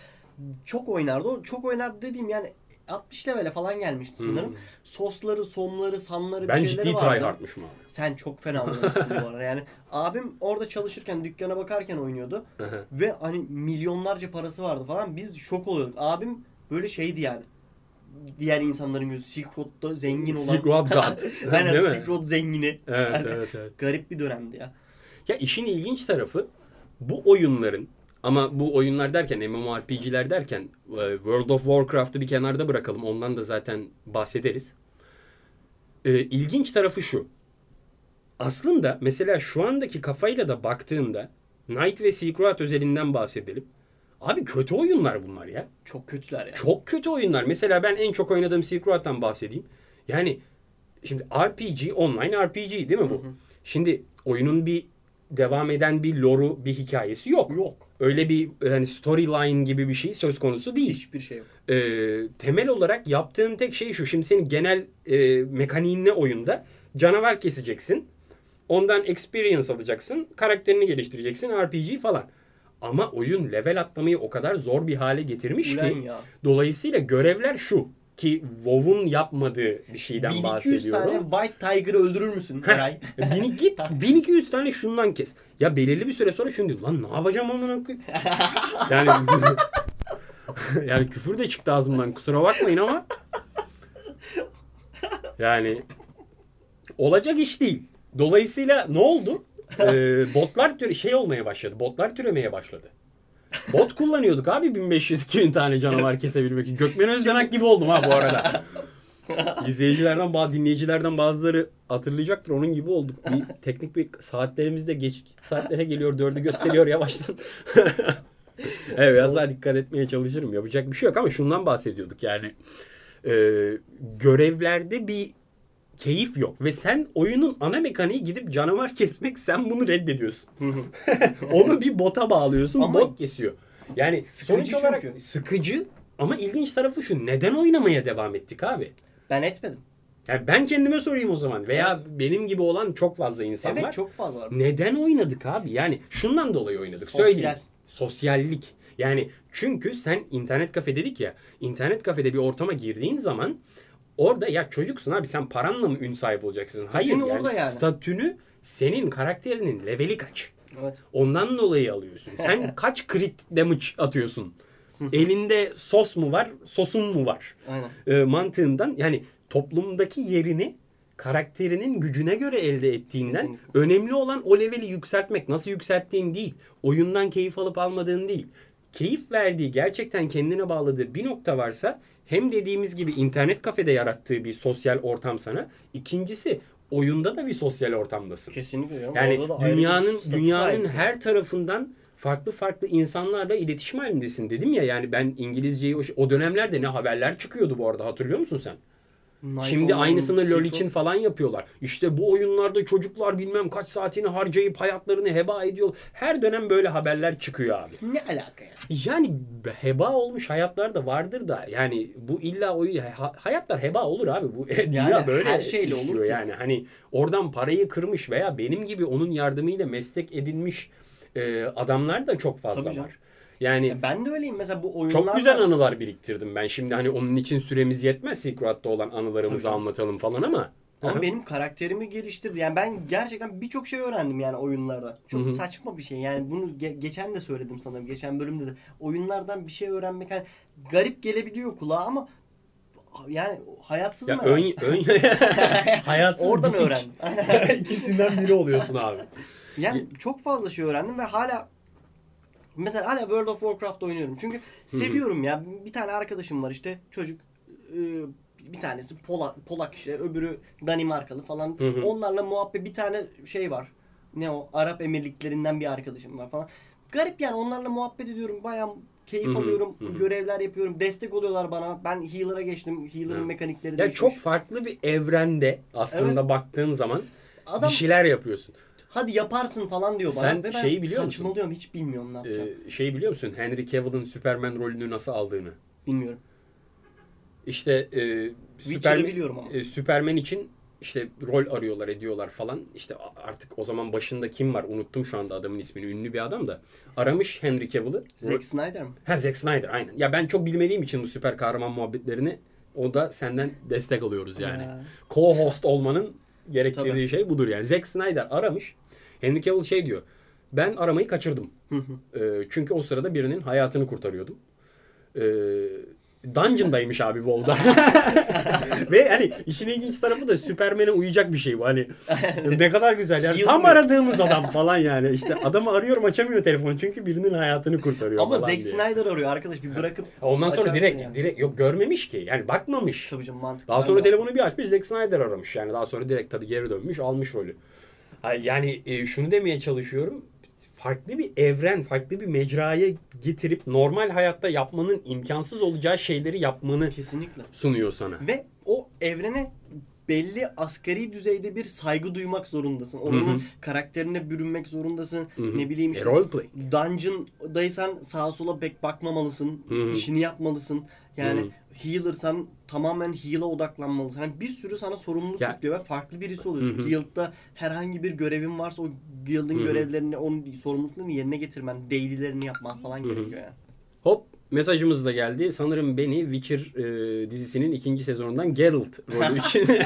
[SPEAKER 2] Çok oynardı. O çok oynardı dediğim yani 60 levele falan gelmişti sanırım. Sosları, somları, sanları
[SPEAKER 1] Hmm. Ben
[SPEAKER 2] bir şeyleri
[SPEAKER 1] ciddi
[SPEAKER 2] vardı.
[SPEAKER 1] tryhardmışım abi.
[SPEAKER 2] Sen çok fena oynuyorsun bu arada. Yani abim orada çalışırken, dükkana bakarken oynuyordu.
[SPEAKER 1] Aha.
[SPEAKER 2] Ve hani milyonlarca parası vardı falan. Biz şok oluyorduk. Abim böyle şeydi yani. Diğer insanların gözü Silk Road'da zengin olan.
[SPEAKER 1] Silk Road God.
[SPEAKER 2] (laughs) Aynen
[SPEAKER 1] Değil mi?
[SPEAKER 2] Silk Road zengini.
[SPEAKER 1] Evet,
[SPEAKER 2] Yani
[SPEAKER 1] evet, evet.
[SPEAKER 2] Garip bir dönemdi ya.
[SPEAKER 1] Ya işin ilginç tarafı bu oyunların ama bu oyunlar derken MMORPG'ler derken e, World of Warcraft'ı bir kenarda bırakalım. Ondan da zaten bahsederiz. E, ilginç tarafı şu. Aslında mesela şu andaki kafayla da baktığında Knight ve Silk Road özelinden bahsedelim. Abi kötü oyunlar bunlar ya.
[SPEAKER 2] Çok kötüler yani.
[SPEAKER 1] Çok kötü oyunlar. Mesela ben en çok oynadığım Silk Road'dan bahsedeyim. Yani şimdi RPG, online RPG değil mi bu? Şimdi oyunun bir devam eden bir lore'u, bir hikayesi yok.
[SPEAKER 2] Yok.
[SPEAKER 1] Öyle bir yani storyline gibi bir şey söz konusu değil.
[SPEAKER 2] Hiçbir şey yok.
[SPEAKER 1] Ee, temel olarak yaptığın tek şey şu. Şimdi senin genel e, mekaniğin ne oyunda? Canavar keseceksin. Ondan experience alacaksın. Karakterini geliştireceksin. RPG falan. Ama oyun level atlamayı o kadar zor bir hale getirmiş
[SPEAKER 2] Ulan
[SPEAKER 1] ki.
[SPEAKER 2] ya.
[SPEAKER 1] Dolayısıyla görevler şu. Ki WoW'un yapmadığı bir şeyden
[SPEAKER 2] 1200 tane
[SPEAKER 1] bahsediyorum.
[SPEAKER 2] White Tiger'ı öldürür müsün
[SPEAKER 1] (laughs)
[SPEAKER 2] Eray?
[SPEAKER 1] 1000 E, git 1200 tane şundan kes. Ya belirli bir süre sonra şunu diyor. Lan ne yapacağım amına koyayım? Yani (laughs) yani küfür de çıktı ağzımdan. Kusura bakmayın ama yani olacak iş değil. Dolayısıyla ne oldu? Ee, botlar türe şey olmaya başladı. Botlar türemeye başladı. Bot kullanıyorduk abi 1500-2000 tane canavar kesebilmek için. Gökmen Özdenak gibi oldum ha bu arada. (laughs) İzleyicilerden, bazı dinleyicilerden bazıları hatırlayacaktır. Onun gibi olduk.
[SPEAKER 2] (laughs)
[SPEAKER 1] Bir teknik bir saatlerimiz de geç saatlere geliyor. Dördü gösteriyor
[SPEAKER 2] (laughs)
[SPEAKER 1] yavaştan. evet biraz daha dikkat etmeye çalışırım. Yapacak bir şey yok ama şundan bahsediyorduk yani. e, görevlerde bir keyif yok ve sen oyunun ana mekaniği gidip canavar kesmek sen bunu
[SPEAKER 2] (laughs)
[SPEAKER 1] reddediyorsun. Onu bir bota bağlıyorsun,
[SPEAKER 2] Ama-
[SPEAKER 1] bot kesiyor. Yani sonuç
[SPEAKER 2] çünkü.
[SPEAKER 1] olarak sıkıcı ama ilginç tarafı şu. Neden oynamaya devam ettik abi?
[SPEAKER 2] ben etmedim.
[SPEAKER 1] Yani ben kendime sorayım o zaman veya benim gibi olan çok fazla insan var.
[SPEAKER 2] Evet çok fazla var.
[SPEAKER 1] Neden oynadık abi? Yani şundan dolayı oynadık.
[SPEAKER 2] Sosyal.
[SPEAKER 1] Söyleyeyim. Sosyallik. Yani çünkü sen internet kafe dedik ya. internet kafede bir ortama girdiğin zaman orada ya çocuksun abi sen paranla mı ün sahibi olacaksın? Hayır yani,
[SPEAKER 2] orada yani.
[SPEAKER 1] statünü senin karakterinin leveli kaç?
[SPEAKER 2] Evet.
[SPEAKER 1] Ondan dolayı alıyorsun.
[SPEAKER 2] (laughs)
[SPEAKER 1] Sen kaç crit damage atıyorsun? Elinde sos mu var, sosun mu var?
[SPEAKER 2] Aynen.
[SPEAKER 1] e, mantığından yani toplumdaki yerini karakterinin gücüne göre elde ettiğinden
[SPEAKER 2] Kesinlikle.
[SPEAKER 1] önemli olan o leveli yükseltmek. Nasıl yükselttiğin değil. Oyundan keyif alıp almadığın değil. Keyif verdiği gerçekten kendine bağladığı bir nokta varsa hem dediğimiz gibi internet kafede yarattığı bir sosyal ortam sana. İkincisi oyunda da bir sosyal ortamdasın.
[SPEAKER 2] Kesinlikle. canım.
[SPEAKER 1] Yani
[SPEAKER 2] Orada da ayrı şey. bir
[SPEAKER 1] dünyanın
[SPEAKER 2] statü
[SPEAKER 1] dünyanın
[SPEAKER 2] sahibisin.
[SPEAKER 1] her tarafından farklı farklı insanlarla iletişim halindesin dedim ya yani ben İngilizceyi o, o dönemlerde ne haberler çıkıyordu bu arada hatırlıyor musun sen?
[SPEAKER 2] Night
[SPEAKER 1] Şimdi
[SPEAKER 2] Online,
[SPEAKER 1] aynısını LoL
[SPEAKER 2] Secret-
[SPEAKER 1] için falan yapıyorlar. İşte bu oyunlarda çocuklar bilmem kaç saatini harcayıp hayatlarını heba ediyor. Her dönem böyle haberler çıkıyor abi.
[SPEAKER 2] Ne alaka ya?
[SPEAKER 1] Yani heba olmuş hayatlar da vardır da yani bu illa o ha- hayatlar heba olur abi bu (laughs) dünya
[SPEAKER 2] Yani
[SPEAKER 1] böyle
[SPEAKER 2] her şeyle
[SPEAKER 1] işliyor
[SPEAKER 2] olur ki.
[SPEAKER 1] yani hani oradan parayı kırmış veya benim gibi onun yardımıyla meslek edinmiş e, adamlar da çok fazla
[SPEAKER 2] Tabii canım.
[SPEAKER 1] var. Yani
[SPEAKER 2] Ya Ben de öyleyim mesela bu oyunlarda.
[SPEAKER 1] çok güzel anılar biriktirdim ben şimdi hani onun için süremiz yetmez Silk Road'da olan anılarımızı
[SPEAKER 2] Tabii canım.
[SPEAKER 1] anlatalım falan ama. Aha.
[SPEAKER 2] Ama benim karakterimi geliştirdi. Yani ben gerçekten birçok şey öğrendim yani oyunlarda. Çok
[SPEAKER 1] Hı hı.
[SPEAKER 2] saçma bir şey. Yani bunu ge- geçen de söyledim sana. Geçen bölümde de. Oyunlardan bir şey öğrenmek hani garip gelebiliyor kulağa ama yani hayatsızım
[SPEAKER 1] Ya
[SPEAKER 2] herhalde.
[SPEAKER 1] ön, ön
[SPEAKER 2] (laughs)
[SPEAKER 1] (laughs) hayatsız
[SPEAKER 2] Oradan
[SPEAKER 1] bitik.
[SPEAKER 2] öğrendim. Aynen.
[SPEAKER 1] (laughs) İkisinden biri oluyorsun abi.
[SPEAKER 2] Yani çok fazla şey öğrendim ve hala mesela hala World of Warcraft oynuyorum. Çünkü seviyorum ya. Bir tane arkadaşım var işte çocuk e, bir tanesi Pola, Polak işte öbürü Danimarkalı falan.
[SPEAKER 1] Hı hı.
[SPEAKER 2] Onlarla muhabbet bir tane şey var. Ne o Arap Emirliklerinden bir arkadaşım var falan. Garip yani onlarla muhabbet ediyorum. Bayağı keyif
[SPEAKER 1] Hı hı,
[SPEAKER 2] alıyorum.
[SPEAKER 1] hı hı.
[SPEAKER 2] Görevler yapıyorum. Destek oluyorlar bana. Ben healer'a geçtim. Healer'ın
[SPEAKER 1] Evet.
[SPEAKER 2] mekanikleri
[SPEAKER 1] Ya
[SPEAKER 2] değişmiş.
[SPEAKER 1] çok farklı bir evrende aslında baktığın zaman
[SPEAKER 2] Adam
[SPEAKER 1] bir şeyler yapıyorsun.
[SPEAKER 2] hadi yaparsın falan diyor bana.
[SPEAKER 1] Sen
[SPEAKER 2] ve ben
[SPEAKER 1] şeyi biliyor musun?
[SPEAKER 2] saçmalıyorum. Hiç bilmiyorum ne
[SPEAKER 1] Ee,
[SPEAKER 2] yapacağım.
[SPEAKER 1] şey biliyor musun? Henry Cavill'ın Superman rolünü nasıl aldığını.
[SPEAKER 2] Bilmiyorum.
[SPEAKER 1] İşte e,
[SPEAKER 2] Witcher'ı biliyorum ama.
[SPEAKER 1] e, Superman için işte rol arıyorlar ediyorlar falan. İşte a- artık o zaman başında kim var? Unuttum şu anda adamın ismini. Ünlü bir adam da. Aramış Henry Cavill'ı.
[SPEAKER 2] Zack Snyder mi?
[SPEAKER 1] Ha Zack Snyder aynen. Ya ben çok bilmediğim için bu süper kahraman muhabbetlerini o da senden destek alıyoruz yani.
[SPEAKER 2] Ha.
[SPEAKER 1] Co-host olmanın gerektirdiği
[SPEAKER 2] Tabii.
[SPEAKER 1] şey budur yani. Zack Snyder aramış. Henry Cavill şey diyor. Ben aramayı kaçırdım. Ee, çünkü o sırada birinin hayatını kurtarıyordum. Ee, Dungeon'daymış abi
[SPEAKER 2] (laughs)
[SPEAKER 1] WoW'da. Ve hani işin ilginç tarafı da Superman'e uyacak bir şey bu.
[SPEAKER 2] (laughs)
[SPEAKER 1] Hani (laughs) ne kadar güzel yani.
[SPEAKER 2] Yıl
[SPEAKER 1] Tam
[SPEAKER 2] mı?
[SPEAKER 1] aradığımız adam falan yani. İşte adamı arıyorum açamıyor telefonu çünkü birinin hayatını kurtarıyor
[SPEAKER 2] Ama
[SPEAKER 1] falan
[SPEAKER 2] Zack
[SPEAKER 1] diye.
[SPEAKER 2] Snyder arıyor arkadaş bir bırakıp.
[SPEAKER 1] Ondan sonra
[SPEAKER 2] açarsın
[SPEAKER 1] direkt
[SPEAKER 2] yani.
[SPEAKER 1] direkt yok görmemiş ki. Yani bakmamış.
[SPEAKER 2] Tabii canım mantıklı.
[SPEAKER 1] Daha sonra
[SPEAKER 2] Ben de-
[SPEAKER 1] telefonu bir açmış Zack Snyder aramış. Yani daha sonra direkt tabii geri dönmüş almış rolü. Ha, Yani e, şunu demeye çalışıyorum. farklı bir evren, farklı bir mecraya getirip normal hayatta yapmanın imkansız olacağı şeyleri yapmanı
[SPEAKER 2] Kesinlikle.
[SPEAKER 1] sunuyor sana.
[SPEAKER 2] Ve o evrene belli asgari düzeyde bir saygı duymak zorundasın.
[SPEAKER 1] Hı hı.
[SPEAKER 2] Onun karakterine bürünmek zorundasın.
[SPEAKER 1] hı.
[SPEAKER 2] Ne bileyim işte.
[SPEAKER 1] E, roleplay.
[SPEAKER 2] Dungeon'daysan sağa sola pek bakmamalısın.
[SPEAKER 1] Hı hı.
[SPEAKER 2] İşini yapmalısın. Yani
[SPEAKER 1] Hı.
[SPEAKER 2] healer'san tamamen heal'a odaklanmalısın. Hani bir sürü sana sorumluluk
[SPEAKER 1] Ya-
[SPEAKER 2] yüklüyor ve farklı birisi oluyorsun.
[SPEAKER 1] Hı hı.
[SPEAKER 2] Guild'da herhangi bir görevin varsa o guild'in
[SPEAKER 1] Hı hı.
[SPEAKER 2] görevlerini, onun sorumluluklarını yerine getirmen, daily'lerini yapman falan gerekiyor yani.
[SPEAKER 1] Hop mesajımız da geldi. Sanırım beni Witcher e, dizisinin ikinci sezonundan Geralt rolü
[SPEAKER 2] (laughs)
[SPEAKER 1] için (laughs)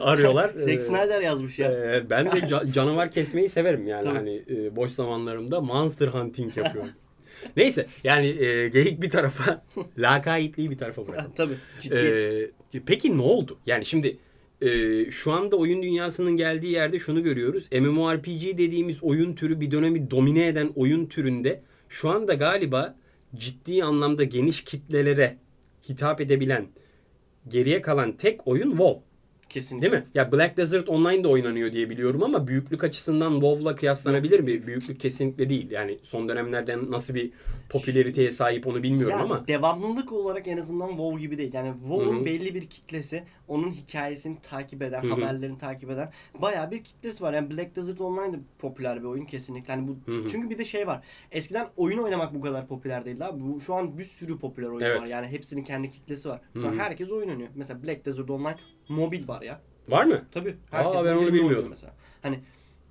[SPEAKER 1] arıyorlar.
[SPEAKER 2] Zack
[SPEAKER 1] Ee,
[SPEAKER 2] Snyder yazmış ya.
[SPEAKER 1] Ee, ben de ca- canavar kesmeyi severim yani
[SPEAKER 2] Tabii.
[SPEAKER 1] hani e, boş zamanlarımda monster hunting yapıyorum. (laughs) Neyse yani e, geyik bir tarafa, lakayitliği bir tarafa bırakalım.
[SPEAKER 2] Tabii ciddiyet.
[SPEAKER 1] Ee, peki ne oldu? Yani şimdi e, şu anda oyun dünyasının geldiği yerde şunu görüyoruz. MMORPG dediğimiz oyun türü bir dönemi domine eden oyun türünde şu anda galiba ciddi anlamda geniş kitlelere hitap edebilen geriye kalan tek oyun WoW.
[SPEAKER 2] Kesinlikle.
[SPEAKER 1] Değil mi? Ya Black Desert Online de oynanıyor diye biliyorum ama büyüklük açısından WoW'la kıyaslanabilir mi? Büyüklük kesinlikle değil. Yani son dönemlerden nasıl bir popülariteye sahip onu bilmiyorum
[SPEAKER 2] Yani
[SPEAKER 1] ama.
[SPEAKER 2] devamlılık olarak en azından WoW gibi değil. Yani
[SPEAKER 1] Hı hı.
[SPEAKER 2] WoW'un belli bir kitlesi, onun hikayesini takip eden,
[SPEAKER 1] Hı hı.
[SPEAKER 2] haberlerini takip eden bayağı bir kitlesi var. Yani Black Desert Online de popüler bir oyun kesinlikle. Yani bu
[SPEAKER 1] Hı hı.
[SPEAKER 2] çünkü bir de şey var. Eskiden oyun oynamak bu kadar popüler değildi abi. Bu şu an bir sürü popüler oyun
[SPEAKER 1] Evet.
[SPEAKER 2] var. Yani hepsinin kendi kitlesi var. Şu
[SPEAKER 1] Hı
[SPEAKER 2] an
[SPEAKER 1] hı.
[SPEAKER 2] herkes oyun oynuyor. Mesela Black Desert Online mobil var ya.
[SPEAKER 1] Var mı?
[SPEAKER 2] Tabii.
[SPEAKER 1] Aa, ben
[SPEAKER 2] Herkes
[SPEAKER 1] onu
[SPEAKER 2] mobilini oynuyor
[SPEAKER 1] bilmiyordum.
[SPEAKER 2] Mesela. Hani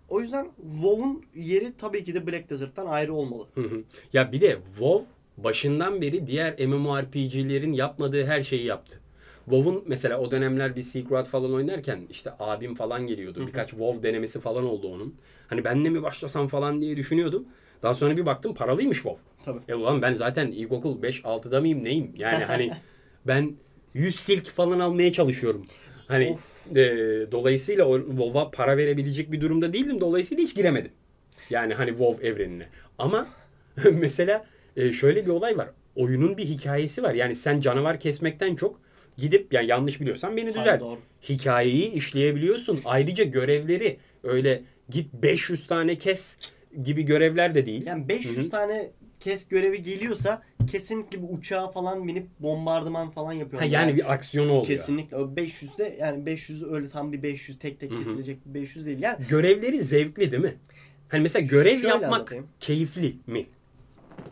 [SPEAKER 2] o yüzden WoW'un yeri tabii ki de Black Desert'tan ayrı olmalı.
[SPEAKER 1] Hı hı. ya bir de WoW başından beri diğer MMORPG'lerin yapmadığı her şeyi yaptı. WoW'un mesela o dönemler bir Secret falan oynarken işte abim falan geliyordu. Birkaç WoW denemesi falan oldu onun. Hani benle mi başlasam falan diye düşünüyordum. Daha sonra bir baktım paralıymış WoW.
[SPEAKER 2] Tabii.
[SPEAKER 1] Ya ulan ben zaten ilkokul 5-6'da mıyım neyim? Yani hani
[SPEAKER 2] (laughs)
[SPEAKER 1] ben 100 silk falan almaya çalışıyorum. Hani e, dolayısıyla o WoW'a para verebilecek bir durumda değildim. Dolayısıyla hiç giremedim. Yani hani WoW evrenine. Ama (laughs) mesela e, şöyle bir olay var. Oyunun bir hikayesi var. Yani sen canavar kesmekten çok gidip yani yanlış biliyorsan beni düzelt.
[SPEAKER 2] doğru.
[SPEAKER 1] Hikayeyi işleyebiliyorsun. Ayrıca görevleri öyle git 500 tane kes gibi görevler de değil.
[SPEAKER 2] Yani 500 tane kes görevi geliyorsa kesinlikle bir uçağa falan binip bombardıman falan
[SPEAKER 1] Ha,
[SPEAKER 2] yapıyorlar.
[SPEAKER 1] yani bir aksiyon oluyor.
[SPEAKER 2] kesinlikle o 500'de yani 500 öyle tam bir 500 tek tek kesilecek bir 500 değil. Yani
[SPEAKER 1] Görevleri zevkli değil mi? Hani mesela görev
[SPEAKER 2] Şöyle
[SPEAKER 1] yapmak
[SPEAKER 2] anlatayım.
[SPEAKER 1] keyifli mi?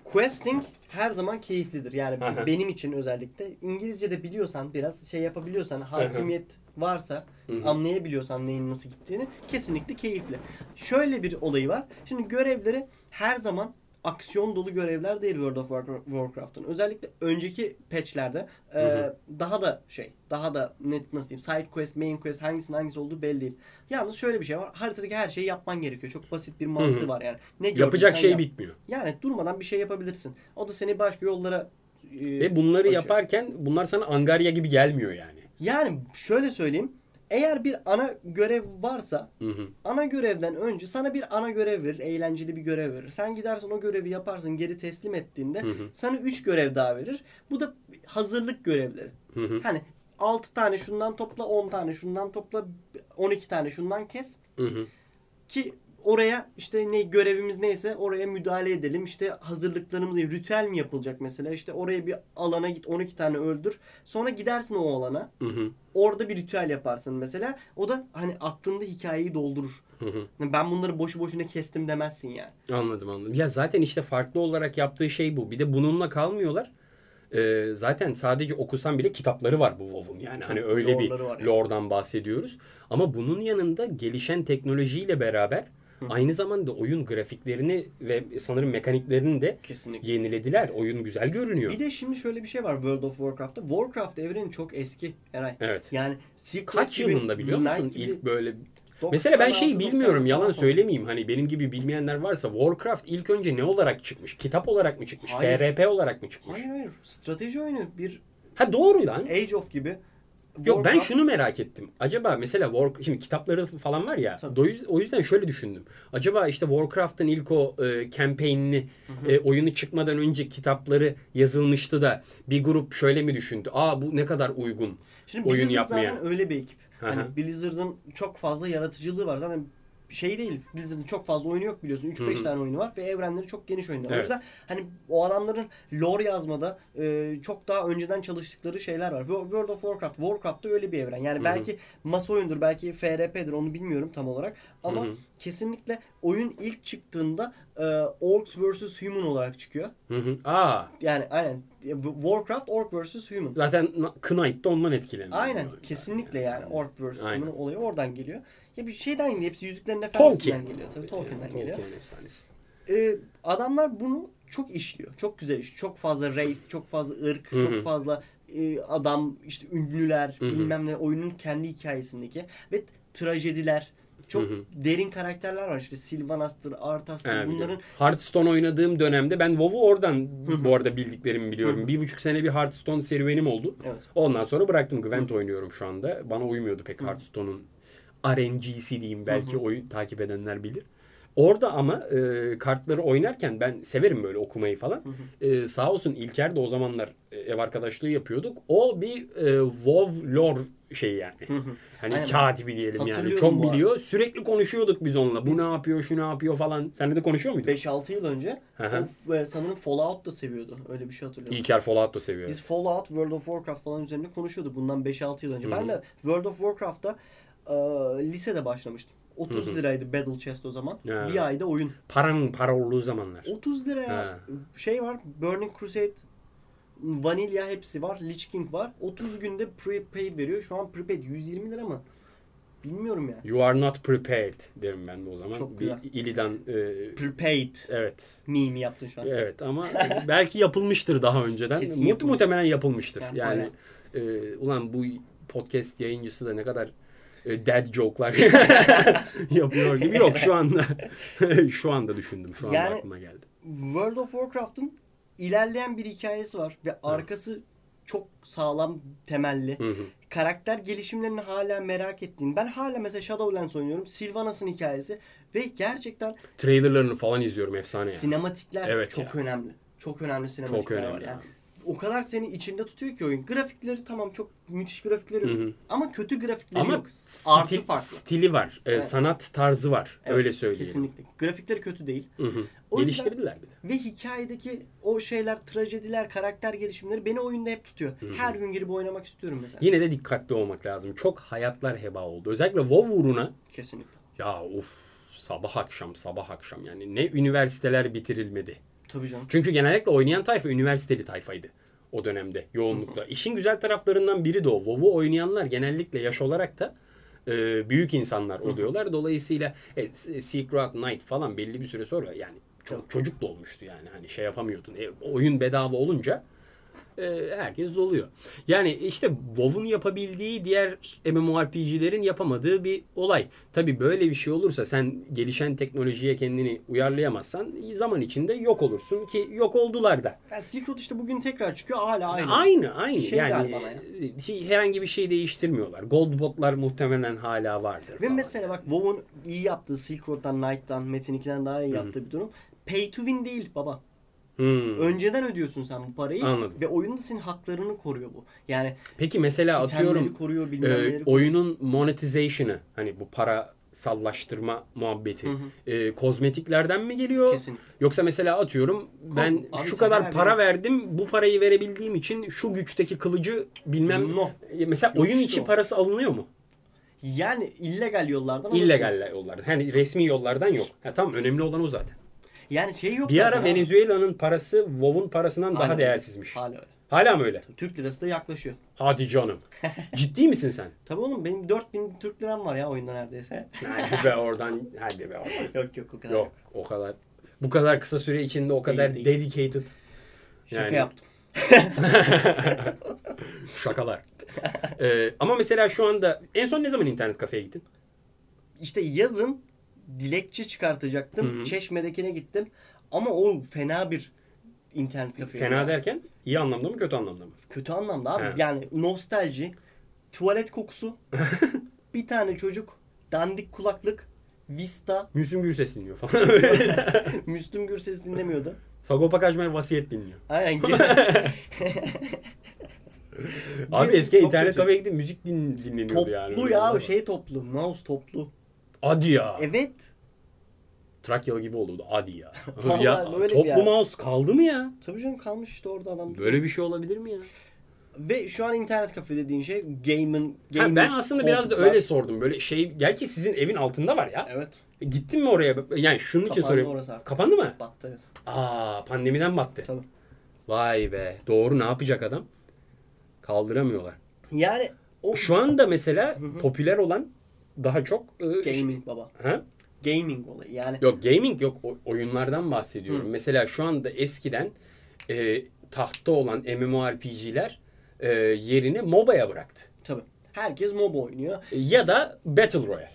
[SPEAKER 2] questing her zaman keyiflidir. Yani
[SPEAKER 1] Aha.
[SPEAKER 2] benim için özellikle İngilizce de biliyorsan biraz şey yapabiliyorsan hakimiyet varsa
[SPEAKER 1] hı.
[SPEAKER 2] anlayabiliyorsan neyin nasıl gittiğini kesinlikle keyifli. Şöyle bir olayı var. Şimdi görevleri her zaman aksiyon dolu görevler değil World of Warcraft- Warcraft'ın. Özellikle önceki patchlerde e, daha da şey, daha da net nasıl diyeyim, side quest, main quest hangisinin hangisi olduğu belli değil. Yalnız şöyle bir şey var. Haritadaki her şeyi yapman gerekiyor. Çok basit bir mantığı
[SPEAKER 1] hı.
[SPEAKER 2] var yani. Ne
[SPEAKER 1] Yapacak
[SPEAKER 2] gördüysen
[SPEAKER 1] şey
[SPEAKER 2] yap.
[SPEAKER 1] bitmiyor.
[SPEAKER 2] Yani durmadan bir şey yapabilirsin. O da seni başka yollara e,
[SPEAKER 1] Ve bunları
[SPEAKER 2] açıyor.
[SPEAKER 1] yaparken bunlar sana angarya gibi gelmiyor yani.
[SPEAKER 2] Yani şöyle söyleyeyim. Eğer bir ana görev varsa
[SPEAKER 1] Hı hı.
[SPEAKER 2] ana görevden önce sana bir ana görev verir. Eğlenceli bir görev verir. Sen gidersin o görevi yaparsın geri teslim ettiğinde
[SPEAKER 1] hı.
[SPEAKER 2] sana 3 görev daha verir. Bu da hazırlık görevleri.
[SPEAKER 1] Hı hı.
[SPEAKER 2] Hani 6 tane şundan topla 10 tane şundan topla 12 tane şundan kes.
[SPEAKER 1] Hı hı.
[SPEAKER 2] Ki oraya işte ne görevimiz neyse oraya müdahale edelim. İşte hazırlıklarımız ritüel mi yapılacak mesela? İşte oraya bir alana git 12 tane öldür. Sonra gidersin o alana.
[SPEAKER 1] Hı hı.
[SPEAKER 2] Orada bir ritüel yaparsın mesela. O da hani aklında hikayeyi doldurur.
[SPEAKER 1] Hı hı.
[SPEAKER 2] Yani Ben bunları boşu boşuna kestim demezsin yani.
[SPEAKER 1] Anladım anladım. Ya zaten işte farklı olarak yaptığı şey bu. Bir de bununla kalmıyorlar. Ee, zaten sadece okusan bile kitapları var bu WoW'un yani. Hani
[SPEAKER 2] Tabii,
[SPEAKER 1] öyle bir
[SPEAKER 2] lore'ları var yani.
[SPEAKER 1] lore'dan bahsediyoruz. Ama bunun yanında gelişen teknolojiyle beraber aynı zamanda oyun grafiklerini ve sanırım mekaniklerini de
[SPEAKER 2] Kesinlikle.
[SPEAKER 1] yenilediler. Oyun güzel görünüyor.
[SPEAKER 2] Bir de şimdi şöyle bir şey var World of Warcraft'ta. Warcraft evreni çok eski Eray.
[SPEAKER 1] Evet.
[SPEAKER 2] Yani Secret
[SPEAKER 1] Kaç
[SPEAKER 2] gibi,
[SPEAKER 1] yılında biliyor
[SPEAKER 2] Knight
[SPEAKER 1] musun
[SPEAKER 2] gibi-
[SPEAKER 1] ilk böyle Mesela ben şeyi
[SPEAKER 2] 96,
[SPEAKER 1] bilmiyorum
[SPEAKER 2] 90
[SPEAKER 1] yalan
[SPEAKER 2] falan.
[SPEAKER 1] söylemeyeyim hani benim gibi bilmeyenler varsa Warcraft ilk önce ne olarak çıkmış? Kitap olarak mı çıkmış?
[SPEAKER 2] Hayır.
[SPEAKER 1] FRP olarak mı çıkmış?
[SPEAKER 2] Hayır hayır. Strateji oyunu bir
[SPEAKER 1] Ha doğru lan.
[SPEAKER 2] Age of gibi.
[SPEAKER 1] Yok ben
[SPEAKER 2] Warcraft-
[SPEAKER 1] şunu merak ettim. Acaba mesela War şimdi kitapları falan var ya.
[SPEAKER 2] Tabii.
[SPEAKER 1] O yüz- O yüzden şöyle düşündüm. Acaba işte Warcraft'ın ilk o e, campaign'ini e, oyunu çıkmadan önce kitapları yazılmıştı da bir grup şöyle mi düşündü? Aa bu ne kadar uygun.
[SPEAKER 2] Şimdi
[SPEAKER 1] oyun
[SPEAKER 2] Blizzard
[SPEAKER 1] yapmaya.
[SPEAKER 2] zaten öyle bir ekip.
[SPEAKER 1] Hı hı.
[SPEAKER 2] Hani Blizzard'ın çok fazla yaratıcılığı var. Zaten şey değil. Blizzard'ın çok fazla oyunu yok biliyorsun.
[SPEAKER 1] Hı
[SPEAKER 2] 3-5
[SPEAKER 1] hı.
[SPEAKER 2] tane oyunu var ve evrenleri çok geniş oyunlar. O
[SPEAKER 1] Evet.
[SPEAKER 2] yüzden hani o adamların lore yazmada e, çok daha önceden çalıştıkları şeyler var. Wo- World of Warcraft, Warcraft'ta öyle bir evren. Yani
[SPEAKER 1] Hı
[SPEAKER 2] belki masa oyundur, belki FRP'dir onu bilmiyorum tam olarak. Ama
[SPEAKER 1] Hı hı.
[SPEAKER 2] kesinlikle oyun ilk çıktığında e, Orcs vs. Human olarak çıkıyor.
[SPEAKER 1] Hı hı. Aa,
[SPEAKER 2] Yani aynen Warcraft Orc vs. Human.
[SPEAKER 1] zaten Knight de ondan etkileniyor.
[SPEAKER 2] Aynen
[SPEAKER 1] Yani.
[SPEAKER 2] kesinlikle yani Orc vs.
[SPEAKER 1] Aynen.
[SPEAKER 2] Human olayı oradan geliyor. Ya bir şeyden geliyor. Hepsi Yüzüklerin Efendisi'nden
[SPEAKER 1] Tolkien.
[SPEAKER 2] geliyor. Tabii
[SPEAKER 1] Evet,
[SPEAKER 2] Tolkien'den
[SPEAKER 1] yani
[SPEAKER 2] geliyor.
[SPEAKER 1] Tolkien efsanesi.
[SPEAKER 2] Ee, adamlar bunu çok işliyor. Çok güzel iş. Çok fazla race, çok fazla ırk,
[SPEAKER 1] Hı hı.
[SPEAKER 2] çok fazla e, adam, işte ünlüler,
[SPEAKER 1] Hı hı.
[SPEAKER 2] bilmem ne oyunun kendi hikayesindeki ve trajediler. Çok
[SPEAKER 1] Hı hı.
[SPEAKER 2] derin karakterler var işte Sylvanas'tır, Arthas'tır.
[SPEAKER 1] Evet,
[SPEAKER 2] bunların
[SPEAKER 1] biliyorum. Hearthstone oynadığım dönemde ben WoW'u oradan bu arada bildiklerimi biliyorum. Bir buçuk sene bir Hearthstone serüvenim oldu.
[SPEAKER 2] evet.
[SPEAKER 1] Ondan sonra bıraktım. Gwent oynuyorum şu anda. Bana uymuyordu pek Hearthstone'un RNG'si diyeyim. Belki oyun takip edenler bilir. Orada ama e, kartları oynarken ben severim böyle okumayı falan. E, sağ olsun İlker de o zamanlar e, ev arkadaşlığı yapıyorduk. O bir e, WoW lore şey yani. Hani
[SPEAKER 2] Aynen.
[SPEAKER 1] katibi diyelim yani.
[SPEAKER 2] Hatırlıyorum
[SPEAKER 1] Çok
[SPEAKER 2] bu arada.
[SPEAKER 1] biliyor. Sürekli konuşuyorduk biz onunla. Bu ne yapıyor, şu ne yapıyor falan. Sen de konuşuyor muydun?
[SPEAKER 2] 5-6 yıl önce
[SPEAKER 1] Hı hı.
[SPEAKER 2] o, e, sanırım Fallout da seviyordu. Öyle bir şey hatırlıyorum.
[SPEAKER 1] İlker Fallout da seviyor.
[SPEAKER 2] Biz Fallout, World of Warcraft falan üzerine konuşuyorduk bundan 5-6 yıl önce. Ben de World of Warcraft'ta e, lisede başlamıştım. 30 liraydı Battle Chest o zaman.
[SPEAKER 1] Ha.
[SPEAKER 2] Bir ayda oyun.
[SPEAKER 1] Paranın para olduğu zamanlar.
[SPEAKER 2] 30 liraya
[SPEAKER 1] Ha.
[SPEAKER 2] şey var Burning Crusade, Vanilla hepsi var, Lich King var. 30 günde prepaid veriyor. Şu an prepaid 120 lira mı? Bilmiyorum yani.
[SPEAKER 1] You are not prepared derim ben de o zaman.
[SPEAKER 2] Çok
[SPEAKER 1] bir
[SPEAKER 2] güzel.
[SPEAKER 1] İli'den e,
[SPEAKER 2] Prepaid
[SPEAKER 1] evet.
[SPEAKER 2] meme yaptın şu an.
[SPEAKER 1] Evet ama belki yapılmıştır daha önceden.
[SPEAKER 2] Kesin
[SPEAKER 1] Mu-
[SPEAKER 2] yapılmış.
[SPEAKER 1] Muhtemelen yapılmıştır.
[SPEAKER 2] Yani
[SPEAKER 1] Yani e, ulan bu podcast yayıncısı da ne kadar e, dead
[SPEAKER 2] (laughs)
[SPEAKER 1] joke'lar yapıyor gibi. Yok şu anda (laughs) şu anda düşündüm. Şu anda
[SPEAKER 2] Yani-
[SPEAKER 1] aklıma geldi.
[SPEAKER 2] World of Warcraft'ın ilerleyen bir hikayesi var ve arkası çok sağlam temelli.
[SPEAKER 1] Hı hı.
[SPEAKER 2] karakter gelişimlerini hala merak ettiğim. Ben hala mesela Shadowlands oynuyorum. Sylvanas'ın hikayesi ve gerçekten
[SPEAKER 1] Trailerlarını falan izliyorum efsane. Yani.
[SPEAKER 2] sinematikler
[SPEAKER 1] Evet
[SPEAKER 2] çok
[SPEAKER 1] ya.
[SPEAKER 2] önemli. Çok önemli sinematikler
[SPEAKER 1] Çok önemli
[SPEAKER 2] var. Yani
[SPEAKER 1] abi.
[SPEAKER 2] o kadar seni içinde tutuyor ki oyun. Grafikleri tamam çok müthiş grafikleri yok.
[SPEAKER 1] Hı hı.
[SPEAKER 2] Ama kötü grafikleri
[SPEAKER 1] Ama
[SPEAKER 2] yok.
[SPEAKER 1] stil-
[SPEAKER 2] Artı farklı.
[SPEAKER 1] stili var. E,
[SPEAKER 2] Evet.
[SPEAKER 1] Sanat tarzı var.
[SPEAKER 2] Evet,
[SPEAKER 1] Öyle söyleyeyim.
[SPEAKER 2] Kesinlikle. Grafikleri kötü değil.
[SPEAKER 1] Hı hı.
[SPEAKER 2] O yüzden-
[SPEAKER 1] Geliştirdiler bir de.
[SPEAKER 2] Ve hikayedeki o şeyler, trajediler, karakter gelişimleri beni oyunda hep tutuyor. Her gün girip oynamak istiyorum mesela.
[SPEAKER 1] Yine de dikkatli olmak lazım. Çok hayatlar heba oldu. Özellikle WoW uğruna
[SPEAKER 2] Kesinlikle.
[SPEAKER 1] ya of sabah akşam sabah akşam yani ne üniversiteler bitirilmedi.
[SPEAKER 2] Tabii canım.
[SPEAKER 1] Çünkü genellikle oynayan tayfa üniversiteli tayfaydı o dönemde yoğunlukla. İşin güzel taraflarından biri de o. WoW'u oynayanlar genellikle yaş olarak da e, büyük insanlar oluyorlar. Dolayısıyla e, Silk Road Knight falan belli bir süre sonra yani çok çocuk da olmuştu yani hani şey yapamıyordun. E, oyun bedava olunca e, herkes doluyor. Yani işte WoW'un yapabildiği diğer MMORPG'lerin yapamadığı bir olay. Tabii böyle bir şey olursa sen gelişen teknolojiye kendini uyarlayamazsan zaman içinde yok olursun ki yok oldular da.
[SPEAKER 2] Yani Silk Road işte bugün tekrar çıkıyor hala aynı.
[SPEAKER 1] Aynı aynı.
[SPEAKER 2] Şey
[SPEAKER 1] yani
[SPEAKER 2] galiba ya.
[SPEAKER 1] e, şey, herhangi bir şey değiştirmiyorlar. Gold botlar muhtemelen hala vardır.
[SPEAKER 2] Ve
[SPEAKER 1] falan.
[SPEAKER 2] mesela bak WoW'un iyi yaptığı Silk Road'dan, Knight'tan, Metin 2'den daha iyi yaptığı bir durum. Pay to win değil baba.
[SPEAKER 1] Hmm.
[SPEAKER 2] Önceden ödüyorsun sen bu parayı
[SPEAKER 1] Anladım.
[SPEAKER 2] ve oyun da senin haklarını koruyor bu. Yani
[SPEAKER 1] Peki mesela
[SPEAKER 2] İtemleri
[SPEAKER 1] atıyorum
[SPEAKER 2] koruyor,
[SPEAKER 1] e,
[SPEAKER 2] bilmem neleri koruyor.
[SPEAKER 1] oyunun monetization'ı hani bu para sallaştırma muhabbeti e, kozmetiklerden mi geliyor?
[SPEAKER 2] Kesinlikle.
[SPEAKER 1] Yoksa mesela atıyorum ben
[SPEAKER 2] abi
[SPEAKER 1] şu
[SPEAKER 2] sen
[SPEAKER 1] kadar
[SPEAKER 2] her
[SPEAKER 1] para
[SPEAKER 2] veriyorsun.
[SPEAKER 1] verdim bu parayı verebildiğim için şu güçteki kılıcı bilmem
[SPEAKER 2] No.
[SPEAKER 1] E, mesela
[SPEAKER 2] Yok
[SPEAKER 1] oyun
[SPEAKER 2] işte
[SPEAKER 1] içi
[SPEAKER 2] o.
[SPEAKER 1] parası alınıyor mu?
[SPEAKER 2] yani illegal yollardan alırsın.
[SPEAKER 1] İllegal yollardan. Hani resmi yollardan yok. Ha, tamam önemli olan o zaten.
[SPEAKER 2] Yani şey yok
[SPEAKER 1] Bir
[SPEAKER 2] zaten
[SPEAKER 1] ara
[SPEAKER 2] abi.
[SPEAKER 1] Venezuela'nın parası WoW'un parasından daha
[SPEAKER 2] Hala-
[SPEAKER 1] değersizmiş.
[SPEAKER 2] Hala öyle.
[SPEAKER 1] Hala mı öyle?
[SPEAKER 2] Türk lirası da yaklaşıyor.
[SPEAKER 1] Hadi
[SPEAKER 2] (laughs)
[SPEAKER 1] canım. Ciddi misin sen?
[SPEAKER 2] Tabii oğlum benim 4000 Türk liram var ya
[SPEAKER 1] (laughs)
[SPEAKER 2] oyunda neredeyse.
[SPEAKER 1] Hadi be oradan. Hadi be oradan.
[SPEAKER 2] yok yok o kadar.
[SPEAKER 1] Yok o kadar. Bu kadar kısa süre içinde o kadar
[SPEAKER 2] Değil,
[SPEAKER 1] dedicated
[SPEAKER 2] Şaka
[SPEAKER 1] Yani-
[SPEAKER 2] yaptım.
[SPEAKER 1] şakalar. Ee, ama mesela şu anda en son ne zaman internet kafeye gittin?
[SPEAKER 2] İşte yazın dilekçe çıkartacaktım.
[SPEAKER 1] Hı hı.
[SPEAKER 2] Çeşmedekine gittim. Ama o fena bir internet kafe.
[SPEAKER 1] Fena derken iyi anlamda mı kötü anlamda mı?
[SPEAKER 2] Kötü anlamda abi.
[SPEAKER 1] He.
[SPEAKER 2] Yani nostalji,
[SPEAKER 1] (laughs)
[SPEAKER 2] tuvalet kokusu, bir tane çocuk, dandik kulaklık, Vista, (laughs)
[SPEAKER 1] Müslüm Gürses dinliyor falan.
[SPEAKER 2] Müslüm Gürses dinlemiyordu.
[SPEAKER 1] (laughs) Sagopa Kajmer vasiyet dinliyor. (laughs)
[SPEAKER 2] Aynen.
[SPEAKER 1] Abi
[SPEAKER 2] Değil mi?
[SPEAKER 1] eski
[SPEAKER 2] Çok
[SPEAKER 1] internet
[SPEAKER 2] kötü.
[SPEAKER 1] kafeye gittin müzik din, dinleniyordu yani.
[SPEAKER 2] toplu ya şey toplu, mouse toplu.
[SPEAKER 1] Hadi ya.
[SPEAKER 2] Evet.
[SPEAKER 1] Trakyalı gibi oldu. Hadi (laughs) ya.
[SPEAKER 2] Vallahi
[SPEAKER 1] ya
[SPEAKER 2] böyle bir
[SPEAKER 1] toplu
[SPEAKER 2] yer.
[SPEAKER 1] mouse kaldı mı ya?
[SPEAKER 2] Tabii canım kalmış işte orada adam.
[SPEAKER 1] Böyle bir şey olabilir mi ya?
[SPEAKER 2] Ve şu an internet kafe dediğin şey game'in
[SPEAKER 1] Ha,
[SPEAKER 2] game'in
[SPEAKER 1] ben aslında biraz da
[SPEAKER 2] koltuklar.
[SPEAKER 1] öyle sordum. Böyle şey gerçi sizin evin altında var ya.
[SPEAKER 2] Evet.
[SPEAKER 1] Gittin mi oraya? Yani şunun için
[SPEAKER 2] Kapandı
[SPEAKER 1] soruyorum.
[SPEAKER 2] orası artık.
[SPEAKER 1] Kapandı mı?
[SPEAKER 2] Battı evet.
[SPEAKER 1] Aa pandemiden battı.
[SPEAKER 2] Tabii.
[SPEAKER 1] Vay be. Doğru ne yapacak adam? Kaldıramıyorlar.
[SPEAKER 2] Yani o
[SPEAKER 1] Şu anda mesela popüler olan daha çok e,
[SPEAKER 2] (laughs) gaming baba.
[SPEAKER 1] ha?
[SPEAKER 2] Gaming olayı yani.
[SPEAKER 1] Yok gaming yok o- oyunlardan bahsediyorum. Mesela şu anda eskiden e, tahtta olan MMORPG'ler e, yerine MOBA'ya bıraktı.
[SPEAKER 2] Tabii. Herkes MOBA oynuyor.
[SPEAKER 1] E, Ya da Battle Royale.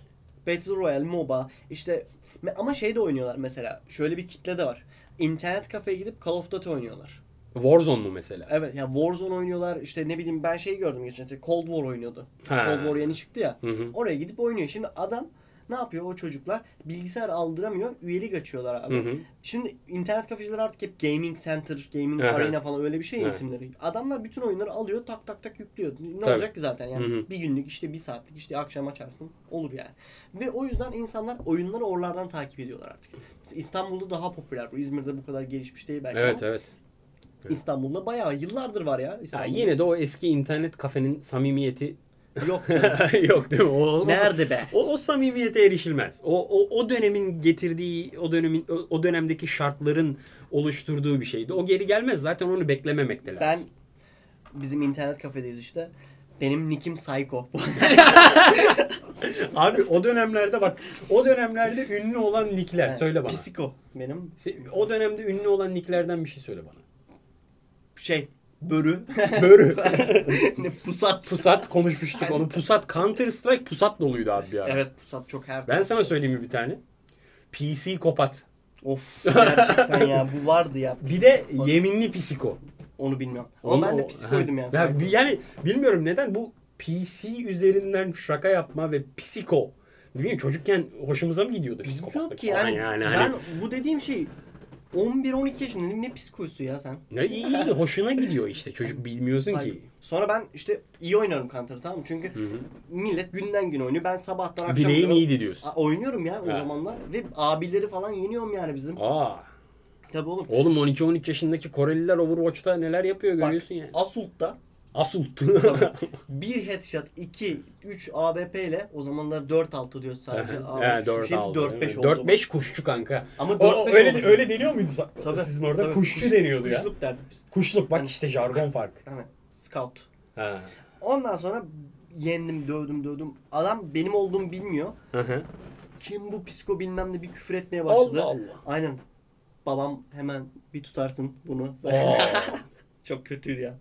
[SPEAKER 2] Battle Royale, MOBA işte me- ama şey de oynuyorlar mesela. Şöyle bir kitle de var. İnternet kafeye gidip Call of Duty oynuyorlar.
[SPEAKER 1] Warzone mu mesela?
[SPEAKER 2] Evet ya Warzone oynuyorlar. İşte ne bileyim ben şey gördüm geçen işte Cold War oynuyordu.
[SPEAKER 1] Ha.
[SPEAKER 2] Cold War yeni çıktı ya.
[SPEAKER 1] Hı hı.
[SPEAKER 2] Oraya gidip oynuyor. Şimdi adam ne yapıyor o çocuklar? Bilgisayar aldıramıyor. Üyelik açıyorlar abi.
[SPEAKER 1] Hı hı.
[SPEAKER 2] Şimdi internet kafeciler artık hep gaming center, gaming
[SPEAKER 1] Aha.
[SPEAKER 2] arena falan öyle bir şey ya
[SPEAKER 1] Evet.
[SPEAKER 2] isimleri. Adamlar bütün oyunları alıyor tak tak tak yüklüyor. Ne
[SPEAKER 1] Tabii.
[SPEAKER 2] olacak ki zaten yani.
[SPEAKER 1] Hı hı.
[SPEAKER 2] Bir günlük işte bir saatlik işte akşam açarsın olur yani. Ve o yüzden insanlar oyunları oralardan takip ediyorlar artık. Mesela İstanbul'da daha popüler bu. İzmir'de bu kadar gelişmiş değil belki
[SPEAKER 1] Evet
[SPEAKER 2] ama
[SPEAKER 1] evet.
[SPEAKER 2] İstanbul'da bayağı yıllardır var ya
[SPEAKER 1] Ya
[SPEAKER 2] İstanbul'da.
[SPEAKER 1] yine de o eski internet kafenin samimiyeti
[SPEAKER 2] Yok canım.
[SPEAKER 1] (laughs) yok değil mi? O, o-
[SPEAKER 2] Nerede be?
[SPEAKER 1] O, o samimiyete erişilmez. O, o, o dönemin getirdiği, o dönemin o, o dönemdeki şartların oluşturduğu bir şeydi. O geri gelmez. Zaten onu beklememek de
[SPEAKER 2] Ben
[SPEAKER 1] lazım.
[SPEAKER 2] bizim internet kafedeyiz işte. Benim nikim (laughs) Psycho.
[SPEAKER 1] (laughs) Abi o dönemlerde bak, o dönemlerde ünlü olan nickler. Söyle bana.
[SPEAKER 2] Psycho benim
[SPEAKER 1] Se- O dönemde ünlü olan nicklerden bir şey söyle bana.
[SPEAKER 2] şey (laughs) börü.
[SPEAKER 1] Börü.
[SPEAKER 2] ne (laughs) pusat.
[SPEAKER 1] Pusat konuşmuştuk onu. Pusat Counter Strike pusat doluydu abi ya.
[SPEAKER 2] Evet pusat çok her
[SPEAKER 1] Ben sana söyleyeyim mi bir tane? PC kopat.
[SPEAKER 2] Of gerçekten ya bu vardı ya.
[SPEAKER 1] Bir de yeminli psiko.
[SPEAKER 2] Onu bilmiyorum. Ama ben de psikoydum yani.
[SPEAKER 1] Ben,
[SPEAKER 2] sanki.
[SPEAKER 1] yani bilmiyorum neden bu PC üzerinden şaka yapma ve psiko. Bilmiyorum çocukken hoşumuza mı gidiyordu
[SPEAKER 2] Bilmiyorum
[SPEAKER 1] psikopatlık
[SPEAKER 2] ki
[SPEAKER 1] falan yani.
[SPEAKER 2] yani, ben
[SPEAKER 1] hani,
[SPEAKER 2] bu dediğim şey 11-12 yaşında ne psikosu ya sen?
[SPEAKER 1] ne iyi iyi, hoşuna gidiyor işte çocuk bilmiyorsun ki.
[SPEAKER 2] Sonra ben işte iyi oynarım Counter tamam mı? Çünkü millet günden güne oynuyor. Ben sabahtan akşam
[SPEAKER 1] Bileğim iyiydi diyorsun.
[SPEAKER 2] Oynuyorum ya o
[SPEAKER 1] Ha.
[SPEAKER 2] zamanlar ve abileri falan yeniyorum yani bizim.
[SPEAKER 1] Aa.
[SPEAKER 2] Tabii oğlum.
[SPEAKER 1] Oğlum 12-13 yaşındaki Koreliler Overwatch'ta neler yapıyor
[SPEAKER 2] Bak
[SPEAKER 1] görüyorsun yani. (laughs)
[SPEAKER 2] Asult'ta (laughs)
[SPEAKER 1] Asıl.
[SPEAKER 2] bir headshot 2 3 ABP ile o zamanlar 4-6 diyor sadece. abi.
[SPEAKER 1] He, dört
[SPEAKER 2] Şimdi
[SPEAKER 1] aldı.
[SPEAKER 2] 4-5 şey oldu.
[SPEAKER 1] 4-5 kuşçu kanka.
[SPEAKER 2] Ama
[SPEAKER 1] O-
[SPEAKER 2] 4-5
[SPEAKER 1] öyle,
[SPEAKER 2] oldu.
[SPEAKER 1] öyle deniyor muydu?
[SPEAKER 2] Tabii,
[SPEAKER 1] Sizin orada
[SPEAKER 2] tabii.
[SPEAKER 1] kuşçu
[SPEAKER 2] Kuş-
[SPEAKER 1] deniyordu ya.
[SPEAKER 2] Kuşluk derdik biz.
[SPEAKER 1] Kuşluk bak işte jargon farkı.
[SPEAKER 2] Hani scout.
[SPEAKER 1] Ha.
[SPEAKER 2] Ondan sonra yendim, dövdüm, dövdüm. Adam benim olduğumu bilmiyor.
[SPEAKER 1] Hı hı.
[SPEAKER 2] Kim bu psiko bilmem ne bir küfür etmeye başladı.
[SPEAKER 1] Allah Allah.
[SPEAKER 2] Aynen. Babam hemen bir tutarsın bunu.
[SPEAKER 1] Aa.
[SPEAKER 2] (laughs) Çok kötüydü ya.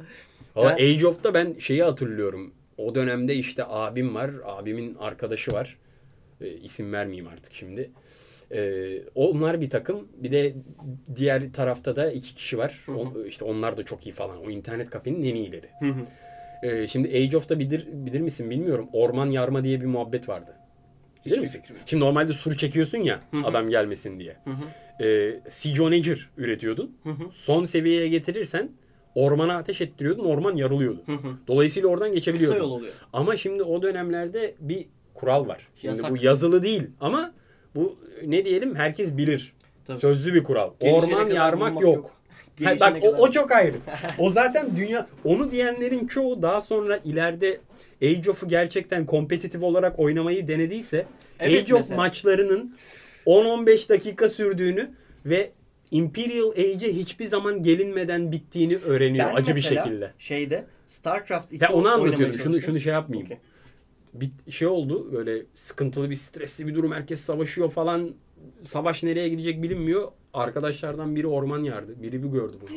[SPEAKER 1] Valla
[SPEAKER 2] Ben-
[SPEAKER 1] Age of'ta ben şeyi hatırlıyorum. O dönemde işte abim var. Abimin arkadaşı var. E, isim vermeyeyim artık şimdi. E, onlar bir takım. Bir de diğer tarafta da iki kişi var. O, işte onlar da çok iyi falan. O internet kafenin en iyileri. E, şimdi Age of'ta bilir, bilir misin bilmiyorum. Orman yarma diye bir muhabbet vardı. Bilir
[SPEAKER 2] Hiçbir
[SPEAKER 1] misin?
[SPEAKER 2] fikrim yok.
[SPEAKER 1] Şimdi normalde sur çekiyorsun ya adam gelmesin diye. E, Seajonager üretiyordun. Son seviyeye getirirsen ormana ateş ettiriyordun. Orman yarılıyordu. Dolayısıyla oradan geçebiliyordun.
[SPEAKER 2] Kısa yol oluyor.
[SPEAKER 1] Ama şimdi o dönemlerde bir kural var. Şimdi
[SPEAKER 2] Yasak.
[SPEAKER 1] bu yazılı değil ama bu ne diyelim herkes bilir.
[SPEAKER 2] Tabii.
[SPEAKER 1] Sözlü bir kural.
[SPEAKER 2] Gelişene
[SPEAKER 1] Orman
[SPEAKER 2] kadar
[SPEAKER 1] yarmak
[SPEAKER 2] bulmak
[SPEAKER 1] yok.
[SPEAKER 2] yok.
[SPEAKER 1] Ha,
[SPEAKER 2] Gelişene
[SPEAKER 1] bak o,
[SPEAKER 2] kadar-
[SPEAKER 1] o çok ayrı. O zaten dünya onu diyenlerin çoğu daha sonra ileride Age of'u gerçekten kompetitif olarak oynamayı denediyse
[SPEAKER 2] Evet,
[SPEAKER 1] Age of
[SPEAKER 2] mesela.
[SPEAKER 1] maçlarının 10-15 dakika sürdüğünü ve Imperial Age'e hiçbir zaman gelinmeden bittiğini öğreniyor
[SPEAKER 2] Ben
[SPEAKER 1] acı bir
[SPEAKER 2] mesela
[SPEAKER 1] şekilde.
[SPEAKER 2] Şeyde StarCraft 2
[SPEAKER 1] Ya onu
[SPEAKER 2] oynamaya
[SPEAKER 1] anlatıyorum. Şunu
[SPEAKER 2] çalıştım.
[SPEAKER 1] şunu şey yapmayayım.
[SPEAKER 2] Okey.
[SPEAKER 1] Bir şey oldu böyle sıkıntılı bir stresli bir durum herkes savaşıyor falan. Savaş nereye gidecek bilinmiyor. Arkadaşlardan biri orman yardı. Biri bir gördü
[SPEAKER 2] (gasps)
[SPEAKER 1] bunu.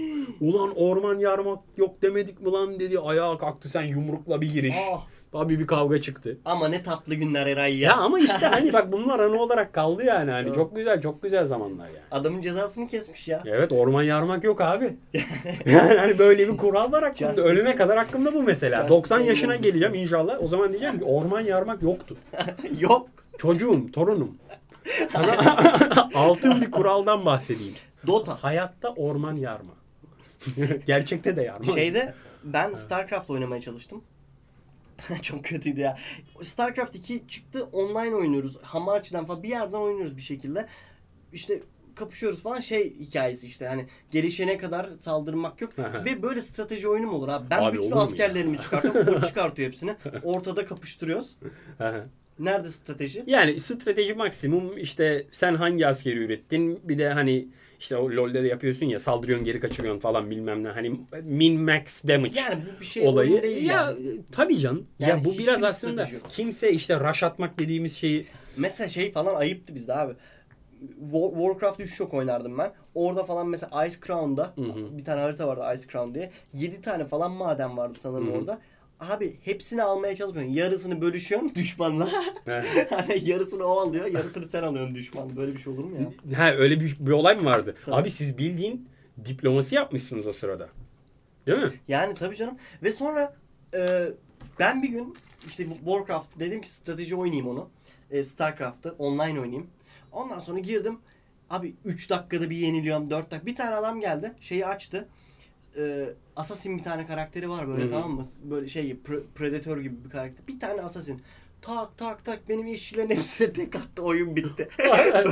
[SPEAKER 1] Ulan orman yarmak yok demedik mi lan dedi. Ayağa kalktı sen yumrukla bir giriş.
[SPEAKER 2] Ah.
[SPEAKER 1] Abi bir kavga çıktı.
[SPEAKER 2] Ama ne tatlı günler Eray ya.
[SPEAKER 1] Ya ama
[SPEAKER 2] (laughs)
[SPEAKER 1] işte hani bak bunlar anı olarak kaldı yani. Hani
[SPEAKER 2] Evet.
[SPEAKER 1] çok güzel çok güzel zamanlar yani.
[SPEAKER 2] Adamın cezasını kesmiş ya.
[SPEAKER 1] Evet orman yarmak yok
[SPEAKER 2] (laughs)
[SPEAKER 1] abi. yani hani böyle bir kural var hakkımda.
[SPEAKER 2] Justice.
[SPEAKER 1] Ölüme kadar hakkımda bu mesela.
[SPEAKER 2] Justice
[SPEAKER 1] 90 yaşına
[SPEAKER 2] olmamış.
[SPEAKER 1] geleceğim inşallah. O zaman diyeceğim ki orman yarmak yoktu.
[SPEAKER 2] (laughs) yok.
[SPEAKER 1] Çocuğum, torunum.
[SPEAKER 2] (laughs)
[SPEAKER 1] Sana altın bir kuraldan bahsedeyim.
[SPEAKER 2] Dota.
[SPEAKER 1] Hayatta orman yarma. (laughs) Gerçekte de yarma.
[SPEAKER 2] Şeyde ben StarCraft oynamaya çalıştım. (laughs) Çok kötüydü ya. StarCraft 2 çıktı online oynuyoruz. Hamarçı'dan falan bir yerden oynuyoruz bir şekilde. İşte kapışıyoruz falan şey hikayesi işte hani gelişene kadar saldırmak yok
[SPEAKER 1] Aha.
[SPEAKER 2] ve böyle strateji oyunu mu olur abi ben
[SPEAKER 1] Abi olur
[SPEAKER 2] bütün
[SPEAKER 1] mu ya?
[SPEAKER 2] askerlerimi çıkartıp o çıkartıyor
[SPEAKER 1] (laughs)
[SPEAKER 2] hepsini ortada kapıştırıyoruz nerede strateji
[SPEAKER 1] Yani strateji maksimum işte sen hangi askeri ürettin bir de hani işte o LoL'de de yapıyorsun ya saldırıyorsun geri kaçırıyorsun falan bilmem ne hani min max damage
[SPEAKER 2] yani bu bir şey oyunu
[SPEAKER 1] olayı.
[SPEAKER 2] değil
[SPEAKER 1] ya
[SPEAKER 2] yani.
[SPEAKER 1] tabii can.
[SPEAKER 2] Yani
[SPEAKER 1] ya bu
[SPEAKER 2] hiçbir
[SPEAKER 1] biraz aslında
[SPEAKER 2] strateji yok.
[SPEAKER 1] kimse işte rush atmak dediğimiz şeyi
[SPEAKER 2] Mesela şey falan ayıptı bizde abi. War- Warcraft 3 çok oynardım ben. Orada falan mesela Ice Crown'da bir tane harita vardı Ice Crown diye. 7 tane falan maden vardı sanırım orada. Abi hepsini almaya çalışmıyorsun. Yarısını bölüşüyorsun (laughs) düşmanla. (laughs) hani yarısını o alıyor, yarısını sen alıyorsun düşman. Böyle bir şey olur mu ya?
[SPEAKER 1] ha öyle bir, bir olay mı vardı?
[SPEAKER 2] Tabii.
[SPEAKER 1] Abi siz bildiğin diplomasi yapmışsınız o sırada. Değil mi?
[SPEAKER 2] Yani tabii canım. Ve sonra e, ben bir gün işte bu Warcraft dedim ki strateji oynayayım onu. E, Starcraft'ı online oynayayım. Ondan sonra girdim. Abi 3 dakikada bir yeniliyorum 4 dakika. Bir tane adam geldi şeyi açtı. E, assassin bir tane karakteri var böyle
[SPEAKER 1] Hı hı.
[SPEAKER 2] tamam mı? Böyle şey pre- predatör gibi bir karakter. Bir tane assassin. Tak tak tak benim işçilerin hepsine tek attı
[SPEAKER 1] (laughs)
[SPEAKER 2] oyun bitti.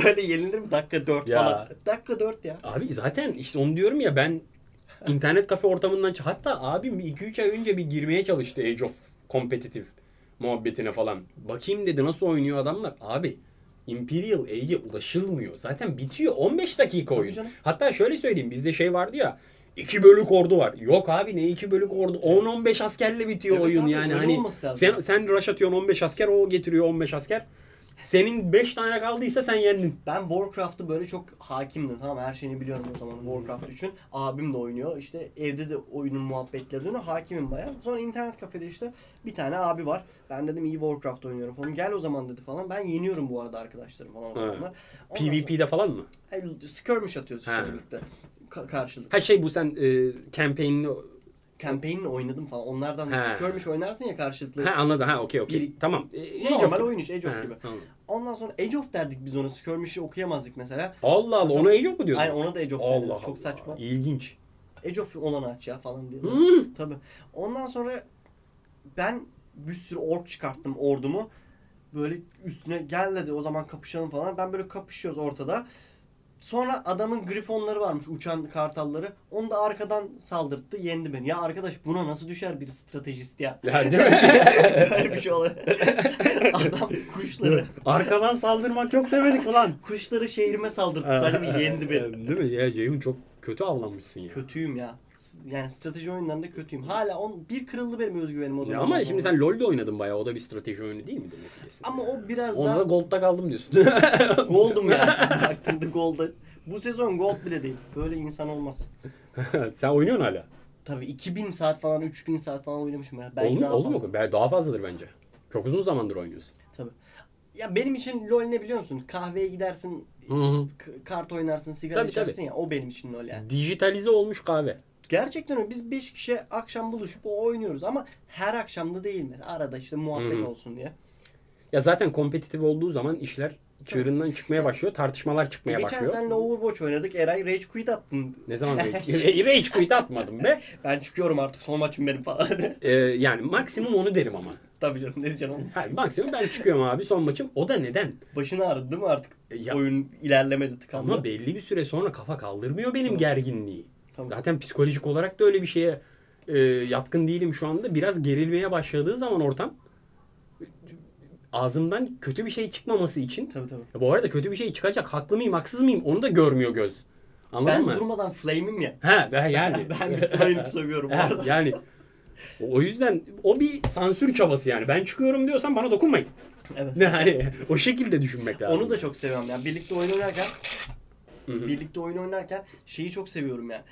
[SPEAKER 2] böyle yenilir mi? Dakika 4
[SPEAKER 1] Ya.
[SPEAKER 2] falan. Dakika 4 ya.
[SPEAKER 1] Abi zaten işte onu diyorum ya ben internet kafe ortamından ç- hatta abim 2-3 ay önce bir girmeye çalıştı Age of kompetitif muhabbetine falan. Bakayım dedi nasıl oynuyor adamlar. Abi Imperial Age'e ulaşılmıyor. Zaten bitiyor 15 dakika oyun.
[SPEAKER 2] canım.
[SPEAKER 1] Hatta şöyle söyleyeyim bizde şey vardı ya 2 bölük ordu var. Yok abi ne 2 bölük ordu? 10-15 askerle bitiyor
[SPEAKER 2] Evet
[SPEAKER 1] oyun
[SPEAKER 2] abi,
[SPEAKER 1] yani.
[SPEAKER 2] öyle
[SPEAKER 1] Hani
[SPEAKER 2] olması lazım.
[SPEAKER 1] sen sen rush atıyorsun 15 asker, o getiriyor 15 asker. Senin 5 tane kaldıysa sen yendin.
[SPEAKER 2] Ben Warcraft'ı böyle çok hakimdim tamam mı? her şeyini biliyorum o zaman Warcraft için. Abim de oynuyor işte evde de oyunun muhabbetleri dönüyor hakimim bayağı. Sonra internet kafede işte bir tane abi var. Ben dedim iyi Warcraft oynuyorum falan gel o zaman dedi falan. Ben yeniyorum bu arada arkadaşlarım falan o
[SPEAKER 1] Evet.
[SPEAKER 2] zamanlar. Ondan
[SPEAKER 1] PvP'de falan mı?
[SPEAKER 2] sonra- Ay, skirmish atıyoruz işte
[SPEAKER 1] Ha.
[SPEAKER 2] birlikte. Ka- karşılık.
[SPEAKER 1] Ha şey bu sen e, campaign'ini...
[SPEAKER 2] Campaign'le oynadım falan. Onlardan
[SPEAKER 1] Ha.
[SPEAKER 2] skirmish oynarsın ya karşılıklı.
[SPEAKER 1] Ha anladım ha okey okey.
[SPEAKER 2] Bir-
[SPEAKER 1] Tamam. E, Age
[SPEAKER 2] Normal
[SPEAKER 1] of-
[SPEAKER 2] oyun işte Age of
[SPEAKER 1] Ha,
[SPEAKER 2] gibi.
[SPEAKER 1] anladım.
[SPEAKER 2] Ondan sonra Age of derdik biz ona. Skirmish'i okuyamazdık mesela.
[SPEAKER 1] Allah Allah ona Age of mu diyordun?
[SPEAKER 2] Aynen ona da Age of
[SPEAKER 1] Allah
[SPEAKER 2] dediniz. Çok
[SPEAKER 1] Allah.
[SPEAKER 2] saçma.
[SPEAKER 1] İlginç.
[SPEAKER 2] (laughs) Age of olanı aç ya falan diye.
[SPEAKER 1] Hmm.
[SPEAKER 2] Tabii. Ondan sonra ben bir sürü ork çıkarttım ordumu. Böyle üstüne gel dedi o zaman kapışalım falan. Ben böyle kapışıyoruz ortada. Sonra adamın grifonları varmış uçan kartalları. Onu da arkadan saldırttı yendi beni. Ya arkadaş buna nasıl düşer bir
[SPEAKER 1] (laughs)
[SPEAKER 2] stratejist ya?
[SPEAKER 1] Ya değil mi?
[SPEAKER 2] Böyle bir şey oluyor. Adam kuşları
[SPEAKER 1] Arkadan saldırmak yok demedik
[SPEAKER 2] (laughs)
[SPEAKER 1] ulan.
[SPEAKER 2] kuşları şehrime saldırttı. Sadece yendi
[SPEAKER 1] (laughs)
[SPEAKER 2] beni.
[SPEAKER 1] Değil mi? Ya Ceyhun çok kötü avlanmışsın ya.
[SPEAKER 2] Kötüyüm ya. Yani strateji oyunlarında kötüyüm. Hala on, bir kırıldı benim özgüvenim o
[SPEAKER 1] Ya
[SPEAKER 2] zaman.
[SPEAKER 1] ama şimdi sen LoL'de oynadın bayağı. O da bir strateji oyunu değil midir neticesinde?
[SPEAKER 2] ama o biraz
[SPEAKER 1] Onda
[SPEAKER 2] daha
[SPEAKER 1] da Gold'da kaldım diyorsun. (laughs)
[SPEAKER 2] Gold'um ya. Baktığında Gold'a. Bu sezon Gold bile değil. Böyle insan olmaz.
[SPEAKER 1] sen oynuyorsun hala.
[SPEAKER 2] Tabii 2000 saat falan 3000 saat falan oynamışım ya. Belki
[SPEAKER 1] Olur mu?
[SPEAKER 2] daha
[SPEAKER 1] Olur
[SPEAKER 2] fazla.
[SPEAKER 1] mu? Belki Daha fazladır bence. Çok uzun zamandır oynuyorsun.
[SPEAKER 2] Tabii. Ya benim için LoL ne biliyor musun? Kahveye gidersin,
[SPEAKER 1] Hı hı.
[SPEAKER 2] k- kart oynarsın, sigara
[SPEAKER 1] Tabii,
[SPEAKER 2] içersin
[SPEAKER 1] tabii.
[SPEAKER 2] ya. O benim için LoL yani.
[SPEAKER 1] Dijitalize olmuş kahve.
[SPEAKER 2] Gerçekten öyle. Biz 5 kişi akşam buluşup o oynuyoruz ama her akşam da değil mi? Arada işte muhabbet
[SPEAKER 1] Hı hı.
[SPEAKER 2] olsun diye.
[SPEAKER 1] Ya zaten kompetitif olduğu zaman işler çığırından çıkmaya başlıyor. Tartışmalar çıkmaya
[SPEAKER 2] E, Geçen
[SPEAKER 1] başlıyor.
[SPEAKER 2] seninle Overwatch oynadık. Eray Rage Quit attın.
[SPEAKER 1] Ne zaman
[SPEAKER 2] (laughs)
[SPEAKER 1] rage, rage quit atmadım be.
[SPEAKER 2] Ben çıkıyorum artık son maçım benim falan. (laughs)
[SPEAKER 1] Ee, yani maksimum onu derim ama.
[SPEAKER 2] Tabii canım ne diyeceğim oğlum.
[SPEAKER 1] Hayır, maksimum ben çıkıyorum abi son maçım. O da neden?
[SPEAKER 2] Başını ağrıdı değil mi artık?
[SPEAKER 1] E, ya-
[SPEAKER 2] Oyun ilerlemedi tıkandı.
[SPEAKER 1] Ama belli bir süre sonra kafa kaldırmıyor benim gerginliği.
[SPEAKER 2] Tamam.
[SPEAKER 1] Zaten psikolojik olarak da öyle bir şeye e, yatkın değilim şu anda. Biraz gerilmeye başladığı zaman ortam e, ağzımdan kötü bir şey çıkmaması için.
[SPEAKER 2] Tabii tabii.
[SPEAKER 1] Ya bu arada kötü bir şey çıkacak. Haklı mıyım, haksız mıyım? Onu da görmüyor göz. Anladın
[SPEAKER 2] ben
[SPEAKER 1] mı?
[SPEAKER 2] durmadan
[SPEAKER 1] (laughs)
[SPEAKER 2] flame'im ya.
[SPEAKER 1] He, ben yani.
[SPEAKER 2] (laughs) Ben bütün oyunu sövüyorum bu
[SPEAKER 1] He,
[SPEAKER 2] arada. (laughs)
[SPEAKER 1] yani o o yüzden o bir sansür çabası yani. Ben çıkıyorum diyorsan bana dokunmayın. (laughs)
[SPEAKER 2] Evet.
[SPEAKER 1] Ne hani o şekilde düşünmek lazım.
[SPEAKER 2] Onu da çok seviyorum ya. Birlikte oyun oynarken
[SPEAKER 1] hı.
[SPEAKER 2] birlikte oyun oynarken şeyi çok seviyorum ya.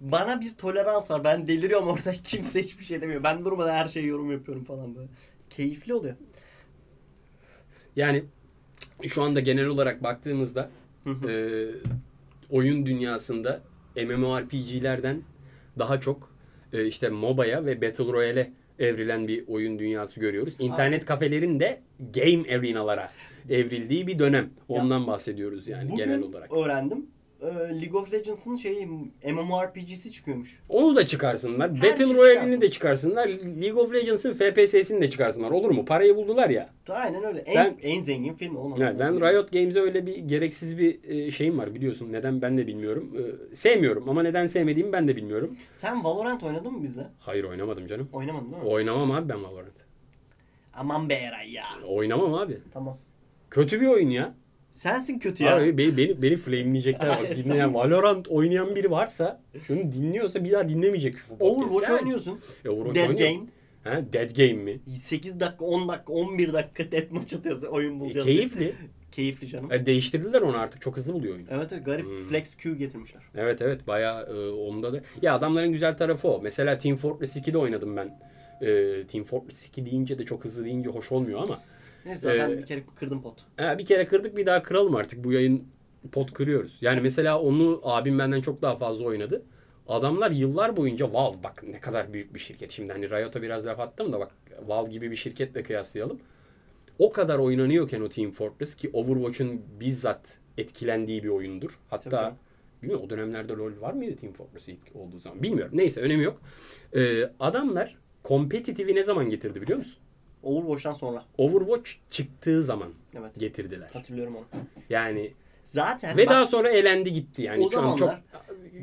[SPEAKER 2] Bana bir tolerans var. Ben deliriyorum orada. (laughs) Kimse hiçbir şey demiyor. Ben durmadan her şeyi yorum yapıyorum falan böyle. Keyifli oluyor.
[SPEAKER 1] Yani şu anda genel olarak baktığımızda e, oyun dünyasında MMORPG'lerden daha çok e, işte MOBA'ya ve Battle Royale'e evrilen bir oyun dünyası görüyoruz. İnternet kafelerin de game arenalara evrildiği bir dönem. Ondan bahsediyoruz yani
[SPEAKER 2] Bugün
[SPEAKER 1] genel olarak.
[SPEAKER 2] öğrendim. e, League of Legends'ın şey, şeyi MMORPG'si çıkıyormuş.
[SPEAKER 1] Onu da çıkarsınlar.
[SPEAKER 2] Her
[SPEAKER 1] Battle
[SPEAKER 2] şeyi
[SPEAKER 1] Royale'ini de çıkarsınlar. League of Legends'ın FPS'sini de çıkarsınlar. Olur mu? Parayı buldular ya.
[SPEAKER 2] Ta aynen öyle. En,
[SPEAKER 1] Ben-
[SPEAKER 2] en zengin film olmadı.
[SPEAKER 1] Yani ben Riot Games'e öyle bir gereksiz bir e, şeyim var biliyorsun. Neden ben de bilmiyorum. E, Sevmiyorum ama neden sevmediğimi ben de bilmiyorum.
[SPEAKER 2] Sen Valorant oynadın mı bizle?
[SPEAKER 1] Hayır oynamadım canım.
[SPEAKER 2] Oynamadın değil mi?
[SPEAKER 1] Oynamam abi ben Valorant.
[SPEAKER 2] Aman be Eray ya.
[SPEAKER 1] Oynamam abi.
[SPEAKER 2] Tamam.
[SPEAKER 1] Kötü bir oyun ya.
[SPEAKER 2] Sensin kötü ya.
[SPEAKER 1] Abi beni, beni, beni flameleyecekler. Bak,
[SPEAKER 2] (laughs) Sen-
[SPEAKER 1] dinleyen, Valorant oynayan biri varsa şunu dinliyorsa bir daha dinlemeyecek. şu podcast'i.
[SPEAKER 2] Overwatch
[SPEAKER 1] Evet.
[SPEAKER 2] oynuyorsun.
[SPEAKER 1] E, Overwatch
[SPEAKER 2] Dead
[SPEAKER 1] oynuyorum.
[SPEAKER 2] Game.
[SPEAKER 1] Ha, Dead Game mi?
[SPEAKER 2] 8 dakika, 10 dakika, 11 dakika deathmatch atıyorsun. Oyun
[SPEAKER 1] E,
[SPEAKER 2] bulacağız. diye.
[SPEAKER 1] keyifli.
[SPEAKER 2] Keyifli canım.
[SPEAKER 1] E, değiştirdiler onu artık. Çok hızlı buluyor oyunu.
[SPEAKER 2] Evet evet garip
[SPEAKER 1] Hmm.
[SPEAKER 2] flex Q getirmişler.
[SPEAKER 1] Evet evet bayağı e, onda da. Ya adamların güzel tarafı o. Mesela Team Fortress 2'de oynadım ben. E, Team Fortress 2 deyince de çok hızlı deyince hoş olmuyor ama.
[SPEAKER 2] Neyse zaten
[SPEAKER 1] Ee,
[SPEAKER 2] bir kere kırdım pot.
[SPEAKER 1] Ha, bir kere kırdık bir daha kıralım artık. Bu yayın pot kırıyoruz. Yani mesela onu abim benden çok daha fazla oynadı. Adamlar yıllar boyunca Valve bak ne kadar büyük bir şirket. Şimdi hani Riot'a biraz laf attım da bak Valve gibi bir şirketle kıyaslayalım. O kadar oynanıyorken o Team Fortress ki Overwatch'un bizzat etkilendiği bir oyundur.
[SPEAKER 2] Tabii
[SPEAKER 1] Hatta
[SPEAKER 2] canım.
[SPEAKER 1] bilmiyorum o dönemlerde LoL var mıydı Team Fortress ilk olduğu zaman bilmiyorum. Neyse önemi yok. Ee, adamlar kompetitifi ne zaman getirdi biliyor musun?
[SPEAKER 2] Overwatch'tan sonra.
[SPEAKER 1] Overwatch çıktığı zaman
[SPEAKER 2] Evet.
[SPEAKER 1] getirdiler.
[SPEAKER 2] Hatırlıyorum onu.
[SPEAKER 1] Yani
[SPEAKER 2] Zaten
[SPEAKER 1] ve
[SPEAKER 2] bak,
[SPEAKER 1] daha sonra elendi gitti yani.
[SPEAKER 2] O
[SPEAKER 1] Şu an çok
[SPEAKER 2] zamanlar-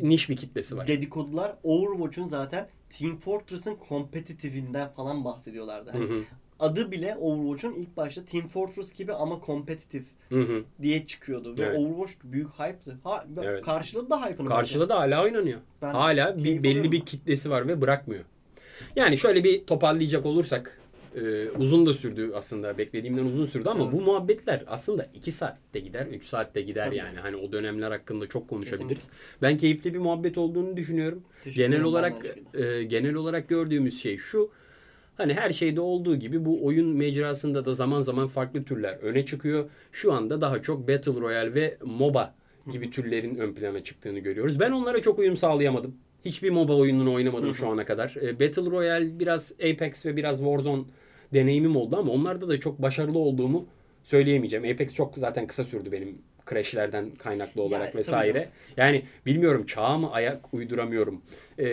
[SPEAKER 1] niş bir kitlesi var.
[SPEAKER 2] dedikodular Overwatch'un zaten Team Fortress'ın kompetitifinden falan bahsediyorlardı. Hani
[SPEAKER 1] Hı hı,
[SPEAKER 2] adı bile Overwatch'un ilk başta Team Fortress gibi ama kompetitif
[SPEAKER 1] hı hı.
[SPEAKER 2] diye çıkıyordu. Ve
[SPEAKER 1] Evet.
[SPEAKER 2] Overwatch büyük hype'tı. Ha,
[SPEAKER 1] Evet.
[SPEAKER 2] Karşıladı da hype'ını. bence.
[SPEAKER 1] Karşıda da hala oynanıyor.
[SPEAKER 2] Ben
[SPEAKER 1] hala bir
[SPEAKER 2] keyif
[SPEAKER 1] belli
[SPEAKER 2] alıyorum.
[SPEAKER 1] bir kitlesi var ve bırakmıyor. Yani şöyle bir toparlayacak olursak e, uzun da sürdü aslında beklediğimden uzun sürdü ama
[SPEAKER 2] Evet.
[SPEAKER 1] bu muhabbetler aslında 2 saatte gider 3 saatte gider
[SPEAKER 2] Tabii.
[SPEAKER 1] yani hani o dönemler hakkında çok konuşabiliriz. Ben keyifli bir muhabbet olduğunu düşünüyorum.
[SPEAKER 2] Teşekkür
[SPEAKER 1] genel
[SPEAKER 2] ederim ben de
[SPEAKER 1] olarak
[SPEAKER 2] aynı şekilde.
[SPEAKER 1] e, genel olarak gördüğümüz şey şu. Hani her şeyde olduğu gibi bu oyun mecrasında da zaman zaman farklı türler öne çıkıyor. Şu anda daha çok Battle Royale ve MOBA gibi türlerin ön plana çıktığını görüyoruz. Ben onlara çok uyum sağlayamadım. Hiçbir MOBA oyununu oynamadım şu ana kadar. E, Battle Royale biraz Apex ve biraz Warzone deneyimim oldu ama onlarda da çok başarılı olduğumu söyleyemeyeceğim. Apex çok zaten kısa sürdü benim crashlerden kaynaklı olarak
[SPEAKER 2] tabii
[SPEAKER 1] vesaire. Yani bilmiyorum çağa mı ayak uyduramıyorum. Ee,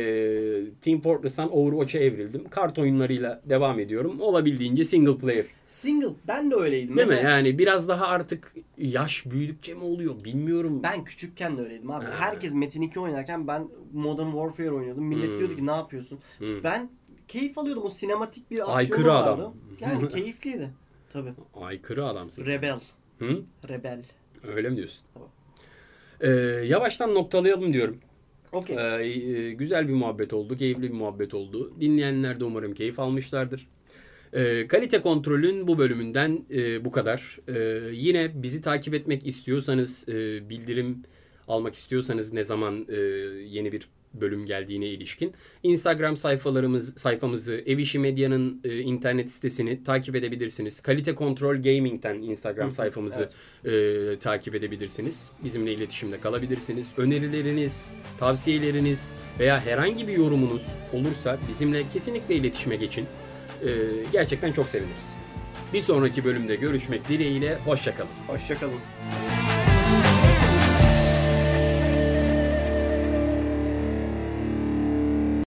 [SPEAKER 1] Team Fortress'tan Overwatch'a evrildim. Kart oyunlarıyla devam ediyorum. Olabildiğince single player.
[SPEAKER 2] Single ben de öyleydim.
[SPEAKER 1] Değil
[SPEAKER 2] Mesela
[SPEAKER 1] mi? Yani biraz daha artık yaş büyüdükçe mi oluyor bilmiyorum.
[SPEAKER 2] Ben küçükken de öyleydim abi.
[SPEAKER 1] Ha.
[SPEAKER 2] Herkes Metin 2 oynarken ben Modern Warfare oynuyordum. Millet
[SPEAKER 1] Hmm.
[SPEAKER 2] diyordu ki ne yapıyorsun?
[SPEAKER 1] Hmm.
[SPEAKER 2] Ben keyif alıyordum. O sinematik bir aksiyonu
[SPEAKER 1] Aykırı
[SPEAKER 2] vardı.
[SPEAKER 1] adam. (laughs)
[SPEAKER 2] Yani keyifliydi. Tabii.
[SPEAKER 1] Aykırı adamsın.
[SPEAKER 2] Rebel.
[SPEAKER 1] Hı?
[SPEAKER 2] Rebel.
[SPEAKER 1] Öyle mi diyorsun?
[SPEAKER 2] Tamam.
[SPEAKER 1] Ee, yavaştan noktalayalım diyorum.
[SPEAKER 2] Okey.
[SPEAKER 1] Ee, e, güzel bir muhabbet oldu, keyifli bir muhabbet oldu. Dinleyenler de umarım keyif almışlardır. Ee, kalite kontrolün bu bölümünden e, bu kadar. Ee, yine bizi takip etmek istiyorsanız, e, bildirim almak istiyorsanız ne zaman e, yeni bir bölüm geldiğine ilişkin Instagram sayfalarımız sayfamızı Ev İşi Medya'nın e, internet sitesini takip edebilirsiniz. Kalite Kontrol Gaming'ten Instagram sayfamızı e, takip edebilirsiniz. Bizimle iletişimde kalabilirsiniz. Önerileriniz, tavsiyeleriniz veya herhangi bir yorumunuz olursa bizimle kesinlikle iletişime geçin. E, gerçekten çok seviniriz. Bir sonraki bölümde görüşmek dileğiyle hoşçakalın.
[SPEAKER 2] Hoşçakalın.